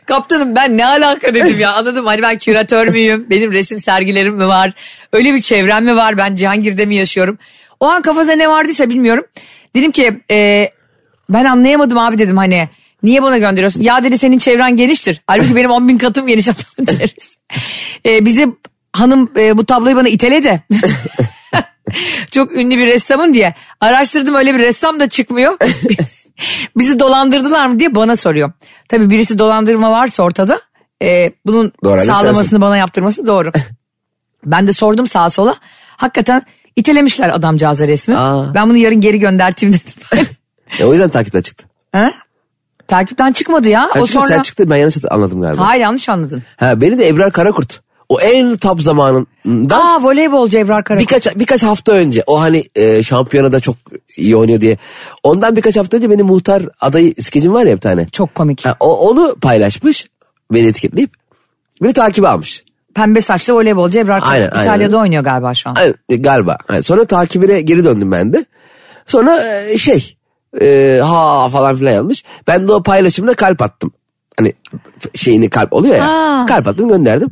Kaptanım ben ne alaka dedim ya anladım hani ben küratör müyüm benim resim sergilerim mi var öyle bir çevrem mi var ben Cihangir'de mi yaşıyorum o an kafasında ne vardıysa bilmiyorum dedim ki e, ben anlayamadım abi dedim hani niye bana gönderiyorsun ya dedi senin çevren geniştir halbuki benim 10 bin katım geniş adam deriz E, bize hanım e, bu tabloyu bana iteledi çok ünlü bir ressamın diye araştırdım öyle bir ressam da çıkmıyor bizi dolandırdılar mı diye bana soruyor. Tabii birisi dolandırma varsa ortada e, bunun Doğru, Ali sağlamasını sensin. bana yaptırması doğru. ben de sordum sağa sola. Hakikaten itelemişler adamcağıza resmi. Aa. Ben bunu yarın geri gönderteyim dedim. E, o yüzden takipten çıktı. Hani Ha? Takipten çıkmadı ya. Sen, o çıktın, sonra... sen çıktın ben yanlış anladım galiba. Hayır yanlış anladın. Ha, beni de Ebrar Karakurt. O en top zamanından Aa voleybolcu Ebrar Karakurt. birkaç birkaç hafta önce o hani e, şampiyonada çok iyi oynuyor diye. Ondan birkaç hafta önce benim muhtar adayı skecim var ya bir tane. Çok komik. Ha, o, onu paylaşmış beni etiketleyip beni takip almış. Pembe saçlı voleybolcu Ebrar Karakurt. Aynen, aynen. İtalya'da oynuyor galiba şu an. Aynen, e, galiba. Aynen. Sonra takibine geri döndüm ben de. Sonra e, şey e, ha falan filan yazmış. Ben de o paylaşımda kalp attım. Hani f- şeyini kalp oluyor ya. Ha. Kalp attım gönderdim.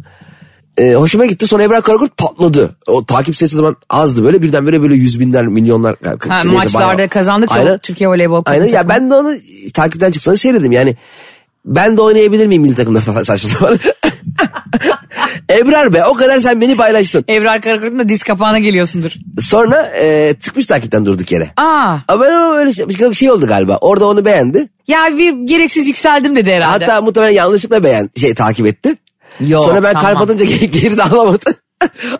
E, hoşuma gitti. Sonra Ebrar Karakurt patladı. O takip sayısı o zaman azdı böyle. Birden böyle böyle yüz binler, milyonlar. Ha, neyse, maçlarda bayağı- kazandıkça Türkiye Voleybol Kulübü Aynen. Ya takımı. ben de onu takipten çıksana seyredim. Yani ben de oynayabilir miyim milli takımda falan saçma sapan. Ebrar be o kadar sen beni paylaştın. Ebrar Karakurt'un da diz kapağına geliyorsundur. Sonra e, çıkmış takipten durduk yere. Aa. Ama ben ama öyle şey, bir şey oldu galiba. Orada onu beğendi. Ya bir gereksiz yükseldim dedi herhalde. Hatta muhtemelen yanlışlıkla beğen şey takip etti. Yok, Sonra ben sanmam. kalp atınca geri, geri de alamadı.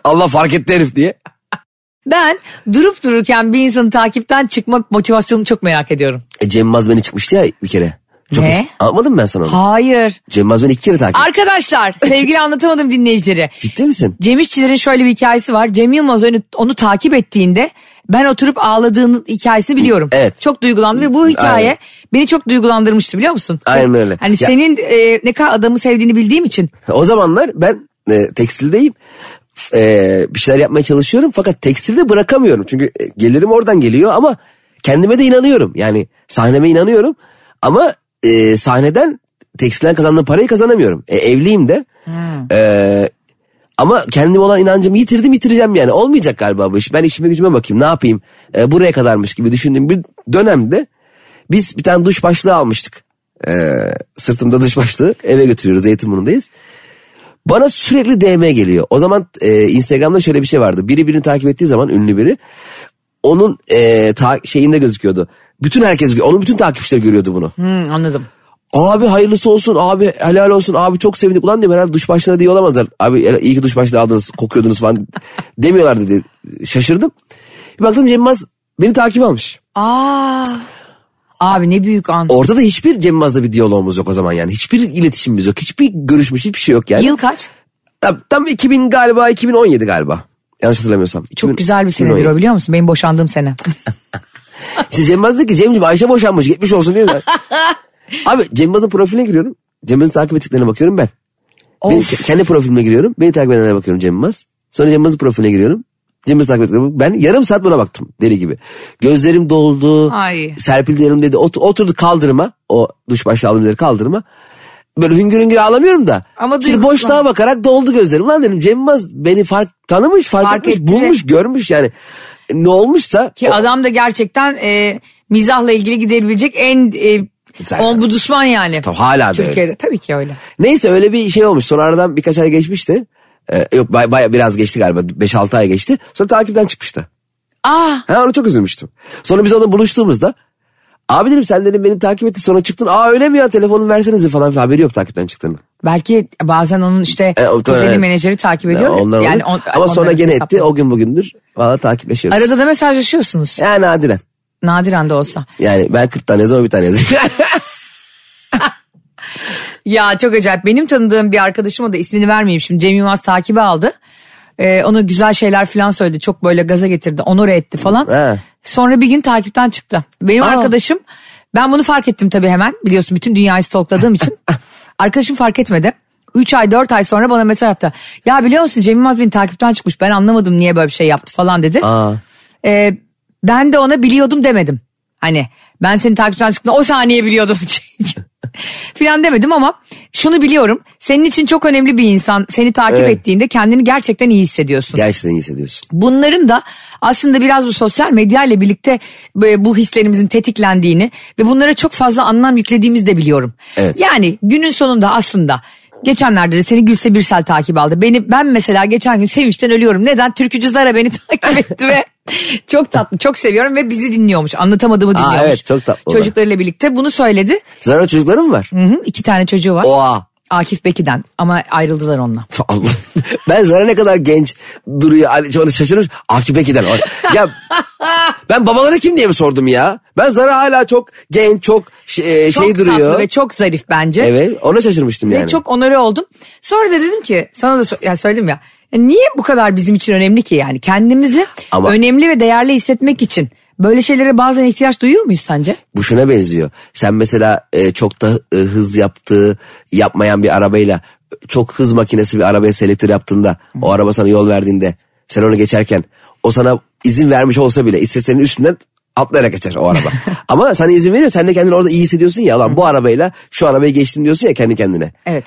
Allah fark etti herif diye. Ben durup dururken bir insanı takipten çıkma motivasyonunu çok merak ediyorum. E, Cem Yılmaz beni çıkmıştı ya bir kere. Çok Ne? eski. Anlatmadım mı ben sana onu? Hayır. Cem Yılmaz beni iki kere takip etti. Arkadaşlar sevgili anlatamadım dinleyicileri. Ciddi misin? Cem İşçilerin şöyle bir hikayesi var. Cem Yılmaz onu, onu takip ettiğinde ben oturup ağladığının hikayesini biliyorum. Evet. Çok duygulandım ve bu hikaye Aynen. beni çok duygulandırmıştı biliyor musun? Çok- Aynen öyle. Hani Ya- senin e, ne kadar adamı sevdiğini bildiğim için. O zamanlar ben e, tekstildeyim. F- e, bir şeyler yapmaya çalışıyorum fakat tekstilde bırakamıyorum. Çünkü e, gelirim oradan geliyor ama kendime de inanıyorum. Yani sahneme inanıyorum ama e, sahneden tekstilden kazandığım parayı kazanamıyorum. E, evliyim de. E, ama kendime olan inancımı yitirdim yitireceğim yani. Olmayacak galiba bu iş. Ben işime gücüme bakayım ne yapayım. E, buraya kadarmış gibi düşündüğüm bir dönemde biz bir tane duş başlığı almıştık. E, sırtımda duş başlığı eve götürüyoruz Zeytinburnu'ndayız. Bana sürekli DM geliyor. O zaman e, Instagram'da şöyle bir şey vardı. Biri birini takip ettiği zaman ünlü biri onun e, ta- şeyinde gözüküyordu. Bütün herkes gö- onun bütün takipçileri görüyordu bunu. Hı, Hmm, anladım. Abi hayırlısı olsun abi helal olsun abi çok sevindik. Ulan diyorum herhalde duş başlığına diye olamazlar. Abi el- iyi ki duş başlığı aldınız kokuyordunuz falan demiyorlar dedi. Şaşırdım. Bir baktım Cem Yılmaz beni takip almış. Aa. Abi ne büyük an. Orada da hiçbir Cem Yılmaz'la bir diyalogumuz yok o zaman yani. Hiçbir iletişimimiz yok. Hiçbir görüşmüş hiçbir şey yok yani. Yıl kaç? Tam, tam 2000 galiba 2017 galiba. Yanlış hatırlamıyorsam. Çok 2000 güzel bir senedir o 2017. biliyor musun? Benim boşandığım sene. İşte Cem Yılmaz dedi ki Cem'ciğim Ayşe boşanmış gitmiş olsun diye. Abi Cem Yılmaz'ın profiline giriyorum. Cem Yılmaz'ın takip ettiklerine bakıyorum ben. Of. Benim ke- kendi profilime giriyorum. Beni takip edenlere bakıyorum Cem Yılmaz. Sonra Cem Yılmaz'ın profiline giriyorum. Cem Yılmaz'ı takip ettiklerine bakıyorum. Ben yarım saat buna baktım deli gibi. Gözlerim doldu. Ay. Serpildi yanım dedi. Ot- oturdu kaldırıma. O duş başlığı aldığım yeri kaldırıma. Böyle hüngür hüngür ağlamıyorum da. Ama Şimdi duygusal. boşluğa bakarak doldu gözlerim. Lan dedim Cem Yılmaz beni fark tanımış, fark, Fark etmiş, etti. bulmuş, görmüş yani. Ne olmuşsa Ki adam da gerçekten e, mizahla ilgili gidebilecek en e, Zaten. ombudusman yani. Tabii hala da Türkiye'de öyle. tabii ki öyle. Neyse öyle bir şey olmuş. Sonra aradan birkaç ay geçmişti. Ee, yok bay, baya biraz geçti galiba. 5-6 ay geçti. Sonra takipten çıkmıştı. Aa Ha onu çok üzülmüştüm. Sonra biz onunla buluştuğumuzda abi dedim sen dedim beni takip ettin sonra çıktın. Aa öyle mi ya telefonu versenize falan filan haberi yok takipten çıktığını. belki bazen onun işte E, o- özel evet. menajeri takip Ya, ediyor. onlar yani yani on- Ama sonra onların gene hesapları. etti. O gün bugündür valla takipleşiyoruz. Arada da mesajlaşıyorsunuz. Yani nadiren. Nadiren de olsa. Yani ben 40 tane yazıyorum bir tane yazıyorum. Ya çok acayip. Benim tanıdığım bir arkadaşıma da ismini vermeyeyim şimdi. Cem Yılmaz takibi aldı. Ee, ona güzel şeyler falan söyledi. Çok böyle gaza getirdi. Onore etti falan. He. Sonra bir gün takipten çıktı. Benim Aa. arkadaşım ben bunu fark ettim tabii hemen. Biliyorsun bütün dünyayı stalkladığım için. Arkadaşım fark etmedi. 3 ay 4 ay sonra bana mesaj attı. Ya biliyor musun Cem Yılmaz beni takipten çıkmış. Ben anlamadım niye böyle bir şey yaptı falan dedi. Aa. Ee, ben de ona biliyordum demedim. Hani ben seni takipten çıktığında o saniye biliyordum. Çünkü filan demedim ama şunu biliyorum. Senin için çok önemli bir insan seni takip Evet. ettiğinde kendini gerçekten iyi hissediyorsun. Gerçekten iyi hissediyorsun. Bunların da aslında biraz bu sosyal medya ile birlikte e, bu hislerimizin tetiklendiğini ve bunlara çok fazla anlam yüklediğimizi de biliyorum. Evet. Yani günün sonunda aslında geçenlerde de seni Gülse Birsel takip aldı. Beni ben mesela geçen gün sevinçten ölüyorum. Neden? Türkücü Zara beni takip etti ve çok tatlı, çok seviyorum ve bizi dinliyormuş. Anlatamadığımı dinliyormuş. evet, çok tatlı Çocuklarıyla birlikte bunu söyledi. Zarar çocukları mı var? Hı hı, iki tane çocuğu var. Oha. Akif Beki'den ama ayrıldılar onunla. Allah. ben Zara ne kadar genç duruyor. Hani Sonra şaşırmış. Akif Bekir'den. Ya ben babalara kim diye mi sordum ya? Ben Zara hala çok genç, çok şey, Çok şey duruyor. tatlı ve çok zarif bence. Evet ona şaşırmıştım yani. Ve çok onore oldum. Sonra da dedim ki sana da so- ya söyledim ya. ya Niye bu kadar bizim için önemli ki yani kendimizi Ama- önemli ve değerli hissetmek için böyle şeylere bazen ihtiyaç duyuyor muyuz sence? Bu şuna benziyor. Sen mesela e, çok da e, hız yaptığı yapmayan bir arabayla çok hız makinesi bir arabaya selektör yaptığında o araba sana yol verdiğinde sen onu geçerken o sana izin vermiş olsa bile senin üstünden atlayarak geçer o araba. Ama sana izin veriyor sen de kendini orada iyi hissediyorsun ya lan bu arabayla şu arabayı geçtim diyorsun ya kendi kendine. Evet.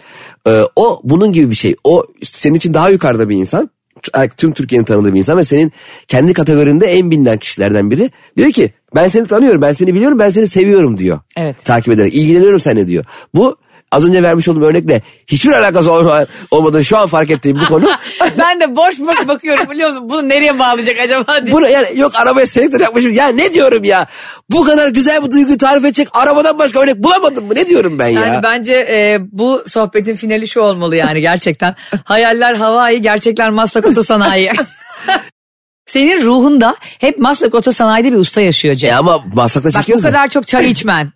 Ee, o bunun gibi bir şey. O senin için daha yukarıda bir insan. T- Tüm Türkiye'nin tanıdığı bir insan ve senin kendi kategorinde en bilinen kişilerden biri. Diyor ki ben seni tanıyorum, ben seni biliyorum, ben seni seviyorum diyor. Evet. Takip ederek ilgileniyorum seninle diyor. Bu az önce vermiş olduğum örnekle hiçbir alakası olma- olmadığı şu an fark ettiğim bu konu. ben de boş boş bakıyorum biliyor musun? Bunu nereye bağlayacak acaba Bunu yani yok arabaya selektör yapmışım. Ya ne diyorum ya? Bu kadar güzel bir duyguyu tarif edecek arabadan başka örnek bulamadım mı? Ne diyorum ben ya? Yani bence e, bu sohbetin finali şu olmalı yani gerçekten. Hayaller havai, gerçekler Maslak Otosanayi. Senin ruhunda hep Maslak Otosanayi'de bir usta yaşıyor Cem. E ama maslakta Bak bu çekiyorsun. kadar çok çay içmen.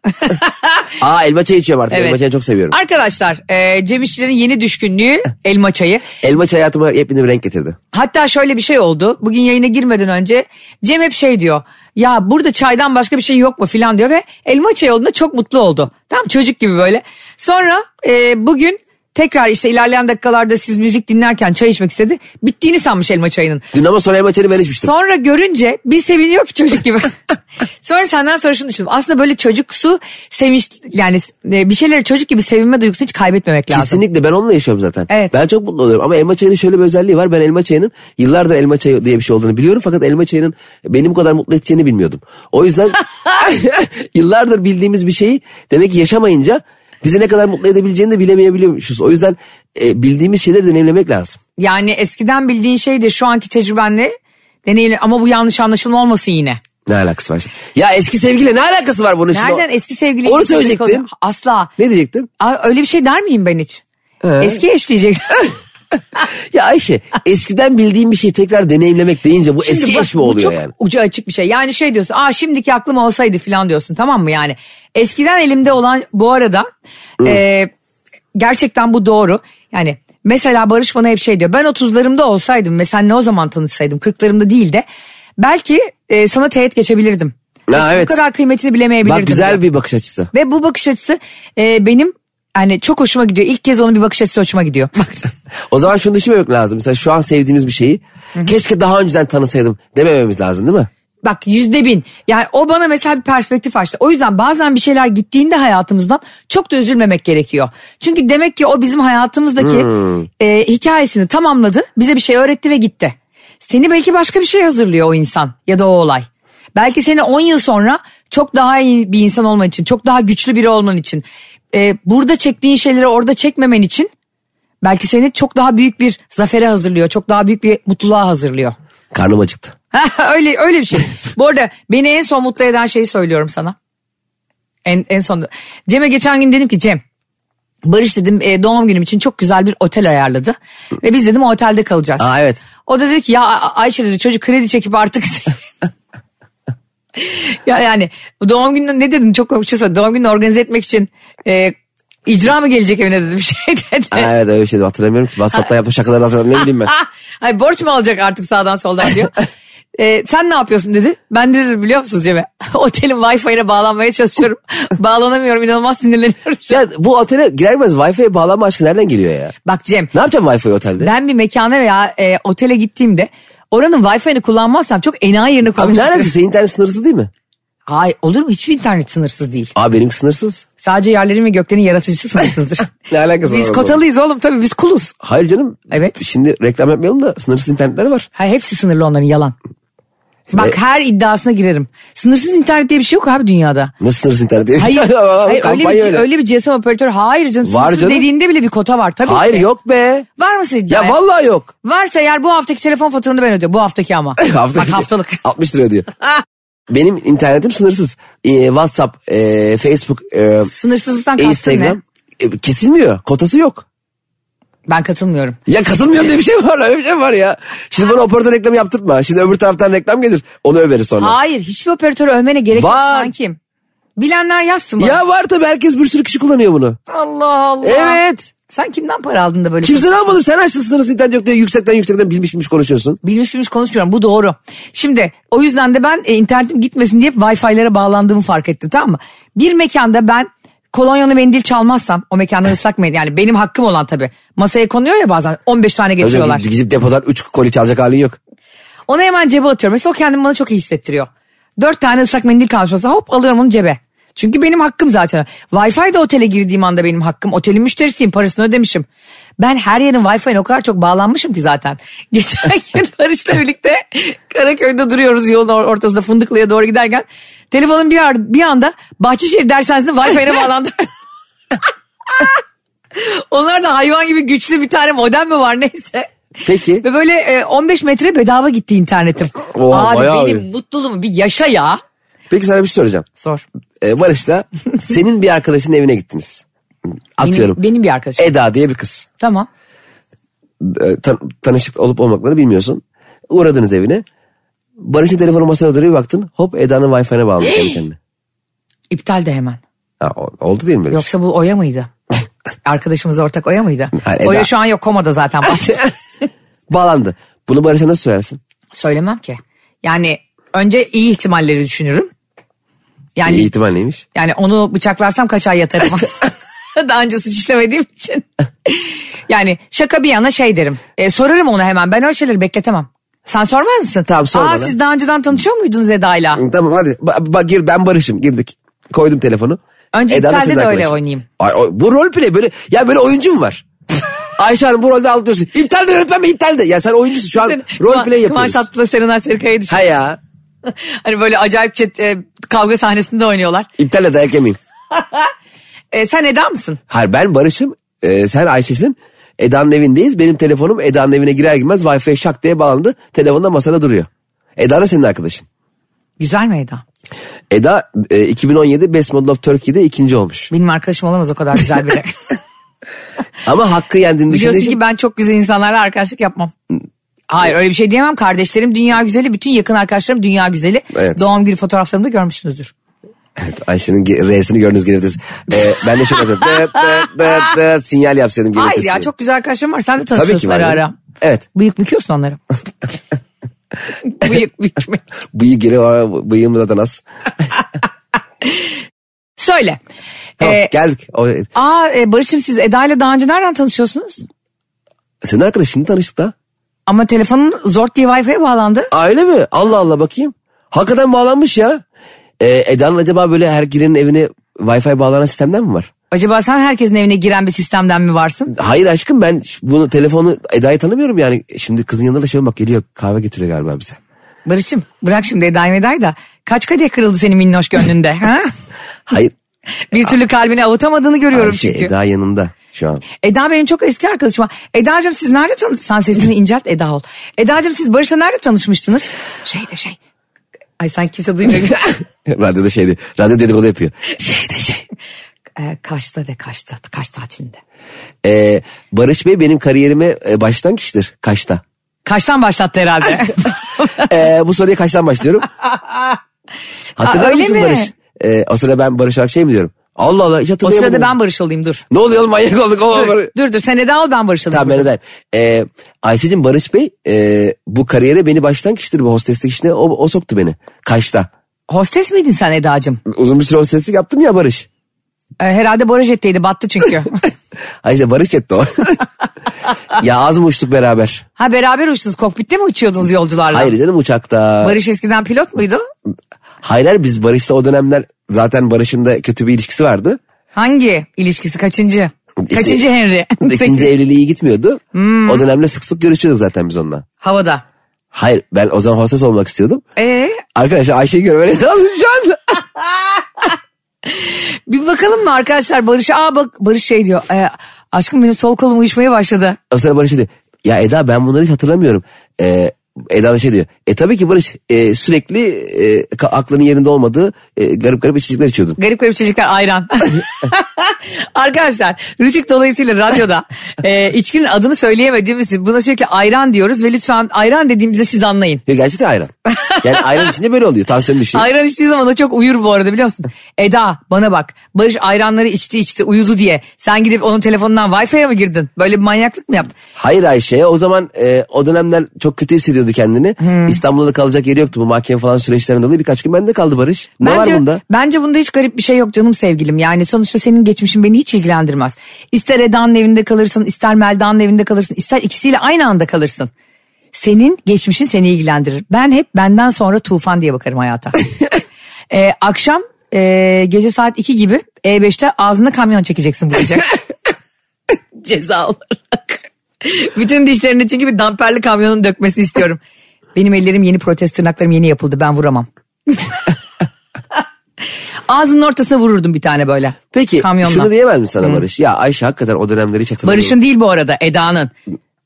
Aa elma çayı içiyorum artık. Elma çayını çok seviyorum. Arkadaşlar e, Cem İşçilerin yeni düşkünlüğü elma çayı. Elma çayı hayatıma yepyeni bir renk getirdi. Hatta şöyle bir şey oldu. Bugün yayına girmeden önce Cem hep şey diyor. Ya burada çaydan başka bir şey yok mu filan diyor ve elma çayı olduğunda çok mutlu oldu. Tam çocuk gibi böyle. Sonra e, bugün tekrar işte ilerleyen dakikalarda siz müzik dinlerken çay içmek istedi. Bittiğini sanmış elma çayının. Dün ama sonra elma çayını ben içmiştim. Sonra görünce bir seviniyor ki çocuk gibi. sonra senden sonra şunu düşündüm. Aslında böyle çocuksu sevinç yani e, bir şeyleri çocuk gibi sevinme duygusunu hiç kaybetmemek lazım. Kesinlikle ben onunla yaşıyorum zaten. Evet. Ben çok mutlu oluyorum ama elma çayının şöyle bir özelliği var. Ben elma çayının yıllardır elma çayı diye bir şey olduğunu biliyorum fakat elma çayının beni bu kadar mutlu edeceğini bilmiyordum. O yüzden yıllardır bildiğimiz bir şeyi demek ki yaşamayınca bizi ne kadar mutlu edebileceğini de bilemeyebiliyormuşuz. O yüzden e, bildiğimiz şeyleri deneyimlemek lazım. Yani eskiden bildiğin şey de şu anki tecrübenle deneyimle ama bu yanlış anlaşılma olmasın yine. Ne alakası var? Ya eski sevgiyle ne alakası var bunun şimdi? Nereden eski sevgili? Onu eski sevgili söyleyecektin. kalıyor? Asla. Ne diyecektin? Aa, Öyle bir şey der miyim ben hiç? Ee? Eski eş diyecektim. Ya Ayşe eskiden bildiğim bir şeyi tekrar deneyimlemek deyince bu Şimdi eski bak, eş mi bu oluyor çok yani? ucu açık bir şey. Yani şey diyorsun. Aa şimdiki aklım olsaydı falan diyorsun tamam mı yani? Eskiden elimde olan bu arada e, gerçekten bu doğru. Yani mesela Barış bana hep şey diyor. Ben 30'larımda olsaydım ve senle o zaman tanışsaydım 40'larımda değil de belki e, sana teğet geçebilirdim. Ha, Bak, evet. Bu kadar kıymetini bilemeyebilirdim. Bak güzel diyor. bir bakış açısı. Ve bu bakış açısı e, benim yani çok hoşuma gidiyor. İlk kez onun bir bakış açısı hoşuma gidiyor. Bak, O zaman şunu düşünmemek lazım. Mesela şu an sevdiğimiz bir şeyi keşke daha önceden tanısaydım demememiz lazım değil mi? Bak yüzde bin. Yani o bana mesela bir perspektif açtı. O yüzden bazen bir şeyler gittiğinde hayatımızdan çok da üzülmemek gerekiyor. Çünkü demek ki o bizim hayatımızdaki e, hikayesini tamamladı. Bize bir şey öğretti ve gitti. Seni belki başka bir şey hazırlıyor o insan ya da o olay. Belki seni 10 yıl sonra çok daha iyi bir insan olman için, çok daha güçlü biri olman için, e, burada çektiğin şeyleri orada çekmemen için belki seni çok daha büyük bir zafere hazırlıyor, çok daha büyük bir mutluluğa hazırlıyor. Karnım acıktı. Ha, öyle öyle bir şey. Bu arada beni en son mutlu eden şeyi söylüyorum sana. En, en son. Cem'e geçen gün dedim ki Cem Barış dedim e, doğum günüm için çok güzel bir otel ayarladı. Ve biz dedim o otelde kalacağız. Aa evet. O da dedi ki ya A- Ayşe dedi çocuk kredi çekip artık... ya yani doğum gününü ne dedim çok komik şey söyledim. Doğum gününü organize etmek için e, icra mı gelecek evine dedim bir şey dedi. Aa, evet öyle bir şey de hatırlamıyorum ki. WhatsApp'ta yaptığım şakaları da hatırlamıyorum. Ne bileyim ben. Ay borç mu alacak artık sağdan soldan diyor. Ee, sen ne yapıyorsun dedi. Ben de dedim biliyor musunuz Cem'e? Otelin Wi-Fi'ine bağlanmaya çalışıyorum. Bağlanamıyorum inanılmaz sinirleniyorum. şu an. Ya bu otele girermez Wi-Fi'ye bağlanma aşkı nereden geliyor ya? Bak Cem Ne yapacağım Wi-Fi otelde? ben bir mekana veya e, otele gittiğimde oranın Wi-Fi'ni kullanmazsam çok enayi yerine Abi ne koymuşum. alakası? Senin internet sınırsız değil mi? Ay olur mu? Hiçbir internet sınırsız değil. Aa benimki sınırsız. Sadece yerlerin ve göklerin yaratıcısı sınırsızdır. Ne alakası var Biz oğlum? kotalıyız oğlum tabii biz kuluz. Hayır canım. Evet. Şimdi reklam yapmayalım da sınırsız internetler var. Ha, hepsi sınırlı onların yalan. Bak her iddiasına girerim. Sınırsız internet diye bir şey yok abi dünyada. Nasıl sınırsız internet? Hayır, hayır öyle, Kampanya bir, şey- öyle bir GSM operatörü hayır canım. Var Sınırsız canım. dediğinde bile bir kota var tabii. Hayır ki. yok be. Var mı senin? Ya be? vallahi yok. Varsa eğer bu haftaki telefon faturanı ben ödüyorum. Bu haftaki ama. Bak haftalık. 60 lira diyor. Benim internetim sınırsız. Ee, WhatsApp, e, Facebook, e, Sınırsızlıktan kastın ne? Instagram e, kesilmiyor. Kotası yok. Ben katılmıyorum. Ya katılmıyorum diye bir şey var. Öyle bir şey var ya. Şimdi bana operatör reklam yaptırtma. Şimdi öbür taraftan reklam gelir. Onu överiz sonra. Hayır hiçbir operatörü övmene gerek yok Var. kankim. Bilenler yazsın bana. Ya var tabii herkes bir sürü kişi kullanıyor bunu. Allah Allah. Evet. Sen kimden para aldın da böyle? Kimse konuşuyorsun? almadım sen açtın sınırsız internet yok diye yüksekten yüksekten bilmiş bilmiş konuşuyorsun. Bilmiş bilmiş konuşmuyorum bu doğru. Şimdi o yüzden de ben e, internetim gitmesin diye Wi-Fi'lere bağlandığımı fark ettim tamam mı? Bir mekanda ben kolonyalı mendil çalmazsam o mekandan ıslak mendil yani benim hakkım olan tabii. Masaya konuyor ya bazen 15 tane Öyle getiriyorlar. gidip, gidip depodan 3 koli çalacak halin yok. Onu hemen cebe atıyorum. Mesela o kendimi bana çok iyi hissettiriyor. Dört tane ıslak mendil kalmış mesela hop alıyorum onu cebe. Çünkü benim hakkım zaten. Wi-Fi de otele girdiğim anda benim hakkım. Otelin müşterisiyim parasını ödemişim. Ben her yerin Wi-Fi'ne o kadar çok bağlanmışım ki zaten. Geçen gün Barış'la birlikte Karaköy'de duruyoruz yolun or- ortasında Fındıklı'ya doğru giderken. Telefonun bir, ar- bir anda Bahçeşehir dershanesinde Wi-Fi'ne bağlandı. Onlar da hayvan gibi güçlü bir tane modem mi var neyse. Peki. Ve böyle e, 15 metre bedava gitti internetim. Oo, Abi bayağı benim iyi. mutluluğum bir yaşa ya. Peki sana bir şey soracağım. Sor. Ee, Barış'la senin bir arkadaşının evine gittiniz. Atıyorum. E- Benim, benim bir arkadaşım. Eda diye bir kız. tamam. e, tan- tanışık olup olmaklarını bilmiyorsun. Uğradınız evine. Barış'ın telefonu masaya duruyor bir baktın. Hop Eda'nın Wi-Fi'ne bağlamış kendi kendine. İptal de hemen. Ha, o- oldu değil mi böyle bir şey? Yoksa bu Oya mıydı? Arkadaşımız ortak Oya mıydı? Hayır, Eda. Oya şu an yok komada zaten. Bağlandı. Bunu Barış'a nasıl söylersin? Söylemem ki. Yani önce iyi ihtimalleri düşünürüm. Yani İyi ihtimal neymiş? Yani onu bıçaklarsam kaç ay yatarım. Daha önce suç işlemediğim için. yani şaka bir yana şey derim. E, sorarım ona hemen. Ben öyle şeyleri bekletemem. Sen sormaz mısın? Tamam, sor Aa, bana." siz daha önceden tanışıyor muydunuz Eda'yla? Hı, Tamam hadi. Ba- ba- gir ben Barış'ım girdik. Koydum telefonu. Önce Eda da iptalde senin de öyle arkadaşın. oynayayım. Ay, o- bu rol play böyle. Ya böyle oyuncu mu var? Ayşe Hanım bu rolde alıyorsun. İptal de öğretmen mi iptal de. Ya sen oyuncusun şu an rol play Kıvanç yapıyoruz. Tatlıtuğ'la Serenay Serkaya'yı düşün. Ha ya. Hani böyle acayip çet- e, kavga sahnesinde oynuyorlar. İptal de dayak yemeyeyim. E, sen Eda mısın? Hayır ben Barış'ım. Ee, sen Ayşe'sin. Eda'nın evindeyiz. Benim telefonum Eda'nın evine girer girmez Wi-Fi şak diye bağlandı. Telefon da masada duruyor. Eda da senin arkadaşın. Güzel mi Eda? Eda e, 2017 Best Model of Turkey'de ikinci olmuş. Benim arkadaşım olamaz o kadar güzel biri. Ama hakkı yendiğini düşündüğü Biliyorsun için ki ben çok güzel insanlarla arkadaşlık yapmam. Hayır öyle bir şey diyemem. Kardeşlerim dünya güzeli, bütün yakın arkadaşlarım dünya güzeli. Evet. Doğum günü fotoğraflarımda görmüşsünüzdür. Evet, Ayşe'nin ge- R'sini gördünüz geriftesi. Ee, ben de şöyle dedim. Dıt dıt dıt dıt sinyal yapsaydım Hayır geriftesi. ya çok güzel arkadaşlarım var. Sen de Tabii tanışıyorsun ki var. ara ara. canım. Evet. Bıyık büküyorsun onları. Bıyık bükme. Bıyığı geri var. Bıyığım zaten az. Söyle. Tamam Ee, geldik. O, aa e, Barış'ım siz Eda ile daha önce nereden tanışıyorsunuz? senin arkadaş şimdi tanıştık da. Ama telefonun zort diye Wi-Fi'ye bağlandı. Aa, öyle mi? Allah Allah bakayım. Hakikaten bağlanmış ya. Ee, Eda'nın acaba böyle her girenin evine Wi-Fi bağlanan sistemden mi var? Acaba sen herkesin evine giren bir sistemden mi varsın? Hayır aşkım ben ş- bunu telefonu Eda'yı tanımıyorum yani. Şimdi kızın yanında da şey olmak geliyor kahve getiriyor galiba bize. Barış'ım bırak şimdi Eda'yı Eda'yı da kaç kadeh kırıldı senin minnoş gönlünde? ha? Hayır. Bir türlü kalbini avutamadığını görüyorum Ayşe çünkü. Eda. Eda yanında şu an. benim çok eski arkadaşım. Eda'cığım siz nerede tanıştınız? Sen sesini incelt Eda ol. Eda'cığım siz Barış'la nerede tanışmıştınız? Şey de şey. Ay sen kimse duymuyor. Radyoda şeydi. Radyo dedikodu yapıyor. Şey de şey. ee, kaçta de kaçta. Kaç tatilinde. Ee, Barış Bey benim kariyerime e, baştan kişidir. Kaçta? Kaçtan başlattı herhalde. Ee, bu soruya kaçtan başlıyorum? Hatırlar Aa, öyle mısın mi? Barış? Ee, o sırada ben Barış olarak şey mi diyorum? Allah Allah hiç o hatırlayamadım. sırada ben Barış olayım dur. Ne oluyor oğlum manyak olduk. O Dur, dur dur sen Eda ol ben Barış olayım. Tamam ben edeyim. Ee, Ayşe'cim Barış Bey e, bu kariyere beni baştan kişidir bu hosteslik işine o, o soktu beni. Kaçta? Hostes miydin sen Eda'cığım? Uzun bir süre hosteslik yaptım ya Barış. Ee, herhalde Borajet'teydi battı çünkü. Ay işte Barış etti o. ya az mı uçtuk beraber? ha beraber uçtunuz kokpitte mi uçuyordunuz yolcularla? Hayır canım uçakta. Barış eskiden pilot muydu? Hayır hayır, biz Barış'la o dönemler zaten Barış'ın da kötü bir ilişkisi vardı. Hangi ilişkisi kaçıncı? İşte- Kaçıncı Henry? İkinci evliliği iyi gitmiyordu. O dönemde sık sık görüşüyorduk zaten biz onunla. Havada. Hayır ben o zaman hostes olmak istiyordum. Ee, Arkadaşlar Ayşe'yi görmeniz lazım şu anda. bir bakalım mı arkadaşlar Barış'a? Aa bak Barış şey diyor. "Ee, aşkım benim sol kolum uyuşmaya başladı. O sonra Barış diyor. Ya Eda ben bunları hiç hatırlamıyorum. Ee, Eda da şey diyor. E tabii ki Barış e, sürekli e, ka- aklının yerinde olmadığı e, garip garip içecekler içiyordun. Garip garip çocuklar ayran. Arkadaşlar Rütük dolayısıyla radyoda e, içkinin adını söyleyemediğimiz için buna sürekli ayran diyoruz ve lütfen ayran dediğimizi siz anlayın. Ya gerçekten ayran. Yani ayran içinde böyle oluyor. Tansiyon düşüyor. Ayran içtiği zaman o çok uyur bu arada biliyor musun? Eda bana bak Barış ayranları içti içti uyudu diye sen gidip onun telefonundan Wi-Fi'ye mi girdin? Böyle bir manyaklık mı yaptın? Hayır Ayşe o zaman e, o dönemler çok kötü hissediyordu kendini. Hmm. İstanbul'da da kalacak yeri yoktu bu mahkeme falan süreçlerinden dolayı. Birkaç gün bende kaldı Barış. Ne bence, var bunda? Bence bunda hiç garip bir şey yok canım sevgilim. Yani sonuçta senin geçmişin beni hiç ilgilendirmez. İster Eda'nın evinde kalırsın, ister Melda'nın evinde kalırsın, ister ikisiyle aynı anda kalırsın. Senin geçmişin seni ilgilendirir. Ben hep benden sonra tufan diye bakarım hayata. Ee, akşam e, gece saat 2 gibi E5'te ağzına kamyon çekeceksin bu gece. Ceza olarak. Bütün dişlerini çünkü bir damperli kamyonun dökmesini istiyorum. Benim ellerim yeni protest tırnaklarım yeni yapıldı ben vuramam. Ağzının ortasına vururdum bir tane böyle. Peki Kamyonla. şunu diyemez mi Hmm. sana Barış? Ya Ayşe hakikaten o dönemleri hiç hatırlamıyorum. Barış'ın değil bu arada Eda'nın.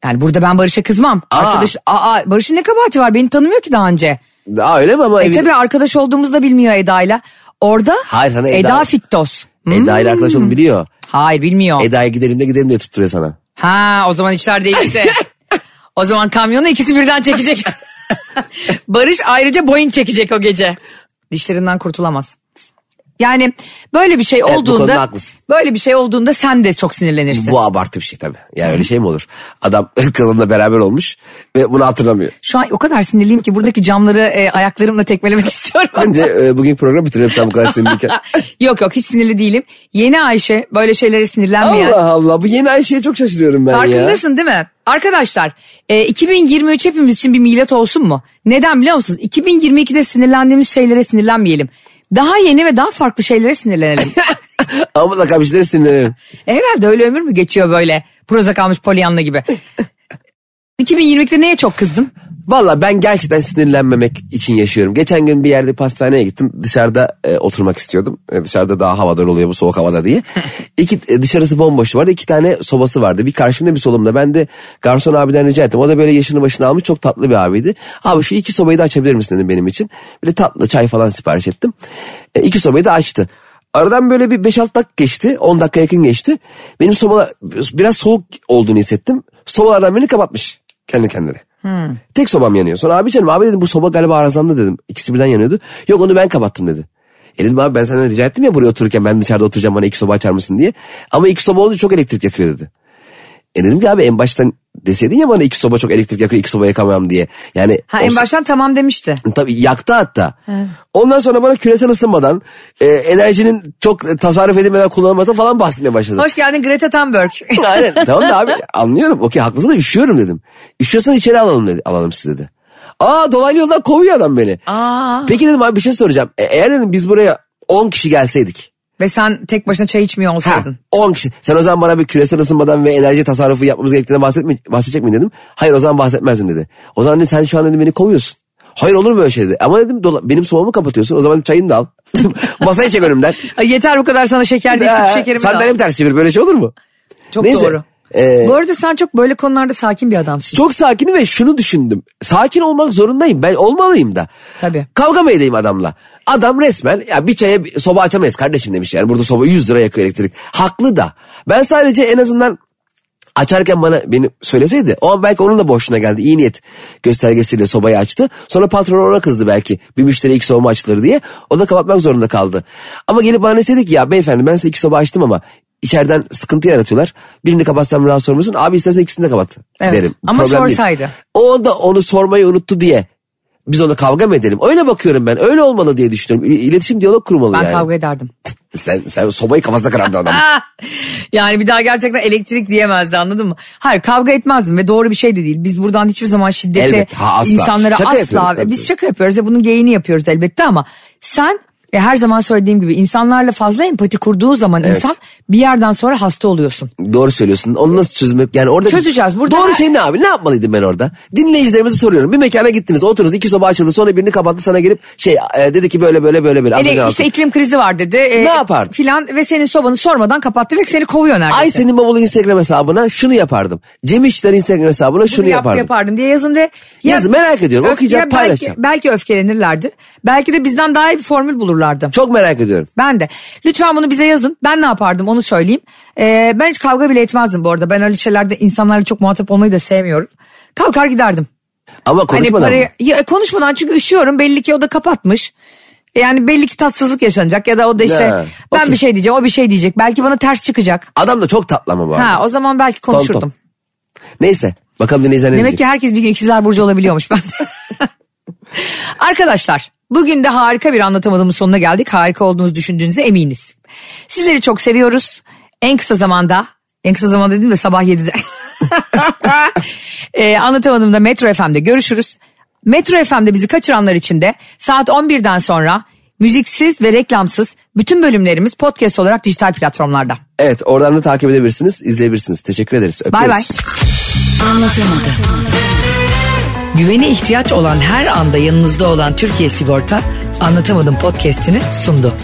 Yani burada ben Barış'a kızmam. Arkadaş, aa, Barış'ın ne kabahati var beni tanımıyor ki daha önce. Aa, öyle mi ama E evin- tabii arkadaş olduğumuzu da bilmiyor Eda'yla. Orada Hayır, sana Eda- Eda Fittos. Hmm. Eda ile arkadaş olduğunu biliyor. Hayır bilmiyor. Eda'ya gidelim de gidelim diye tutturuyor sana. Ha o zaman işler değişti. o zaman kamyonu ikisi birden çekecek. Barış ayrıca Boeing çekecek o gece. Dişlerinden kurtulamaz. Yani böyle bir şey bu olduğunda konuda haklısın. böyle bir şey olduğunda sen de çok sinirlenirsin. Bu abartı bir şey tabii. Yani öyle şey mi olur? Adam kızınla beraber olmuş ve bunu hatırlamıyor. Şu an o kadar sinirliyim ki buradaki camları e, ayaklarımla tekmelemek istiyorum. Bence e, bugün program bitirelim sen bu kadar sinirliyken. yok yok hiç sinirli değilim. Yeni Ayşe böyle şeylere sinirlenmeyen. Allah Allah bu yeni Ayşe'ye çok şaşırıyorum ben ya. Farkındasın değil mi? Arkadaşlar e, 2023 hepimiz için bir milat olsun mu? Neden biliyor musunuz? 2022'de sinirlendiğimiz şeylere sinirlenmeyelim. Daha yeni ve daha farklı şeylere sinirlenelim. Ama mutlaka bir şeylere sinirlenirim. E, Herhalde öyle ömür mü geçiyor böyle? Proza kalmış polyanla gibi. 2022'de neye çok kızdın? Valla ben gerçekten sinirlenmemek için yaşıyorum. Geçen gün bir yerde pastaneye gittim. Dışarıda e, oturmak istiyordum. E, dışarıda daha havadar oluyor bu soğuk havada diye. İki, e, dışarısı bomboş vardı. İki tane sobası vardı. Bir karşımda bir solumda. Ben de garson abiden rica ettim. O da böyle yaşını başına almış çok tatlı bir abiydi. Abi şu iki sobayı da açabilir misin dedim benim için. Böyle tatlı çay falan sipariş ettim. E, iki sobayı da açtı. Aradan böyle bir 5-6 dakika geçti. 10 dakika yakın geçti. Benim soba biraz soğuk olduğunu hissettim. Sobalardan birini kapatmış kendi kendine. Hmm. Tek sobam yanıyor. Sonra abi canım abi dedim bu soba galiba arızanda dedim. İkisi birden yanıyordu. Yok onu ben kapattım dedi. E dedim abi ben senden rica ettim ya buraya otururken ben dışarıda oturacağım bana iki soba açar mısın diye. Ama iki soba olunca çok elektrik yakıyor dedi. E dedim ki abi en baştan deseydin ya bana iki soba çok elektrik yakıyor iki soba yakamam diye. Yani Ha, o en so- baştan tamam demişti. Tabii yaktı hatta. Ondan sonra bana küresel ısınmadan, e, enerjinin çok e, tasarruf edilmeden kullanılmadan falan bahsetmeye başladı. Hoş geldin Greta Thunberg. Aynen tamam da abi anlıyorum. Okey haklısın da üşüyorum dedim. Üşüyorsan içeri alalım dedi. Alalım sizi dedi. Aa dolaylı yoldan kovuyor adam beni. Aa. Peki dedim abi bir şey soracağım. E, eğer dedim biz buraya 10 kişi gelseydik. Ve sen tek başına çay içmiyor Ha, olsaydın. 10 kişi. Sen o zaman bana bir küresel ısınmadan ve enerji tasarrufu yapmamız gerektiğine bahsetme, bahsedecek miydin dedim. Hayır o zaman bahsetmezdim dedi. O zaman dedim, sen şu an dedim, beni kovuyorsun. Hayır olur mu öyle şey dedi. Ama dedim dola- benim sobamı kapatıyorsun. O zaman çayını da al. Masayı çek önümden. Ay, Yeter bu kadar sana şeker değil Ha, şekerimi de al. Sandalyemi ters çevir böyle şey olur mu? Çok Neyse, doğru. e, Bu arada sen çok böyle konularda sakin bir adamsın. Çok sakinim ve şunu düşündüm. Sakin olmak zorundayım. Ben olmalıyım da. Tabii. Kavga mı edeyim adamla? Adam resmen ya bir çaya bir- soba açamayız kardeşim demiş yani. Burada soba 100 lira yakıyor elektrik. Haklı da. Ben sadece en azından açarken bana beni söyleseydi o an belki onun da boşuna geldi. İyi niyet göstergesiyle sobayı açtı. Sonra patron ona kızdı belki. Bir müşteri iki soba açılır diye. O da kapatmak zorunda kaldı. Ama gelip bana deseydi ki ya beyefendi ben size iki soba açtım ama içeriden sıkıntı yaratıyorlar. Birini kapatsam rahatsız olur musun? Abi istersen ikisini de kapat Evet, derim. ama Problem değil. sorsaydı. O da onu sormayı unuttu diye Biz ona kavga mı edelim? Öyle bakıyorum ben. Öyle olmalı diye düşünüyorum. İ- İletişim diyalog kurmalı Ben yani. kavga ederdim. Sen, sen sobayı kafasına kıran bir adam. Yani bir daha gerçekten elektrik diyemezdi anladın mı? Hayır kavga etmezdim ve doğru bir şey de değil. Biz buradan hiçbir zaman şiddete Elbet, ha, asla. insanlara Şaka yapıyoruz asla tabii. biz şaka yapıyoruz ya bunun geyini yapıyoruz elbette ama sen e, her zaman söylediğim gibi insanlarla fazla empati kurduğu zaman insan bir yerden sonra hasta oluyorsun. Doğru söylüyorsun. Onu nasıl çözmek? Yani orada Çözeceğiz. Burada- Doğru şey ne abi? Ne yapmalıydım ben orada? Dinleyicilerimize soruyorum. Bir mekana gittiniz, oturdunuz, iki soba açıldı, sonra birini kapattı, sana gelip şey e, dedi ki böyle böyle böyle böyle. Az önce Ele, işte anlattım. iklim krizi var dedi. e, Ne yapardın? Filan ve senin sobanı sormadan kapattı ve seni kovuyor neredeyse. Ay senin babalı Instagram hesabına şunu yapardım. Cem İşçiler Instagram hesabına şunu Bunu yap- yapardım. yapardım diye yazın de. Yazın, merak ediyorum. Öf- Okuyacağım, ya belki- paylaşacağım. Belki, öfkelenirlerdi. Belki de bizden daha iyi bir formül bulurlardı. Çok merak ediyorum. Ben de. Lütfen bunu bize yazın. Ben ne yapardım onu söyleyeyim. Ee, ben hiç kavga bile etmezdim bu arada. Ben öyle şeylerde insanlarla çok muhatap olmayı da sevmiyorum. Kalkar giderdim. Ama konuşmadan Hani parayı- mı? Ya, e, konuşmadan çünkü üşüyorum. Belli ki o da kapatmış. Yani belli ki tatsızlık yaşanacak ya da o da işte Ya, ben okey. bir şey diyeceğim o bir şey diyecek. Belki bana ters çıkacak. Adam da çok tatlı ama bu arada. Ha o zaman belki Tom, tom. konuşurdum. Neyse. Bakalım dinleyiciler ne Demek diyecek? ki herkes bir gün ikizler burcu olabiliyormuş ben. Arkadaşlar bugün de harika bir anlatamadığımız sonuna geldik. Harika olduğunuzu düşündüğünüze eminiz. Sizleri çok seviyoruz. En kısa zamanda, en kısa zamanda dedim de sabah 7'de. Ee, anlatamadığımda Metro FM'de görüşürüz. Metro FM'de bizi kaçıranlar için de saat 11'den sonra müziksiz ve reklamsız bütün bölümlerimiz podcast olarak dijital platformlarda. Evet oradan da takip edebilirsiniz, izleyebilirsiniz. Teşekkür ederiz. Öpüyoruz. Bay bay. Anlatamadı. Güvene ihtiyaç olan her anda yanınızda olan Türkiye Sigorta Anlatamadım podcast'ini sundu.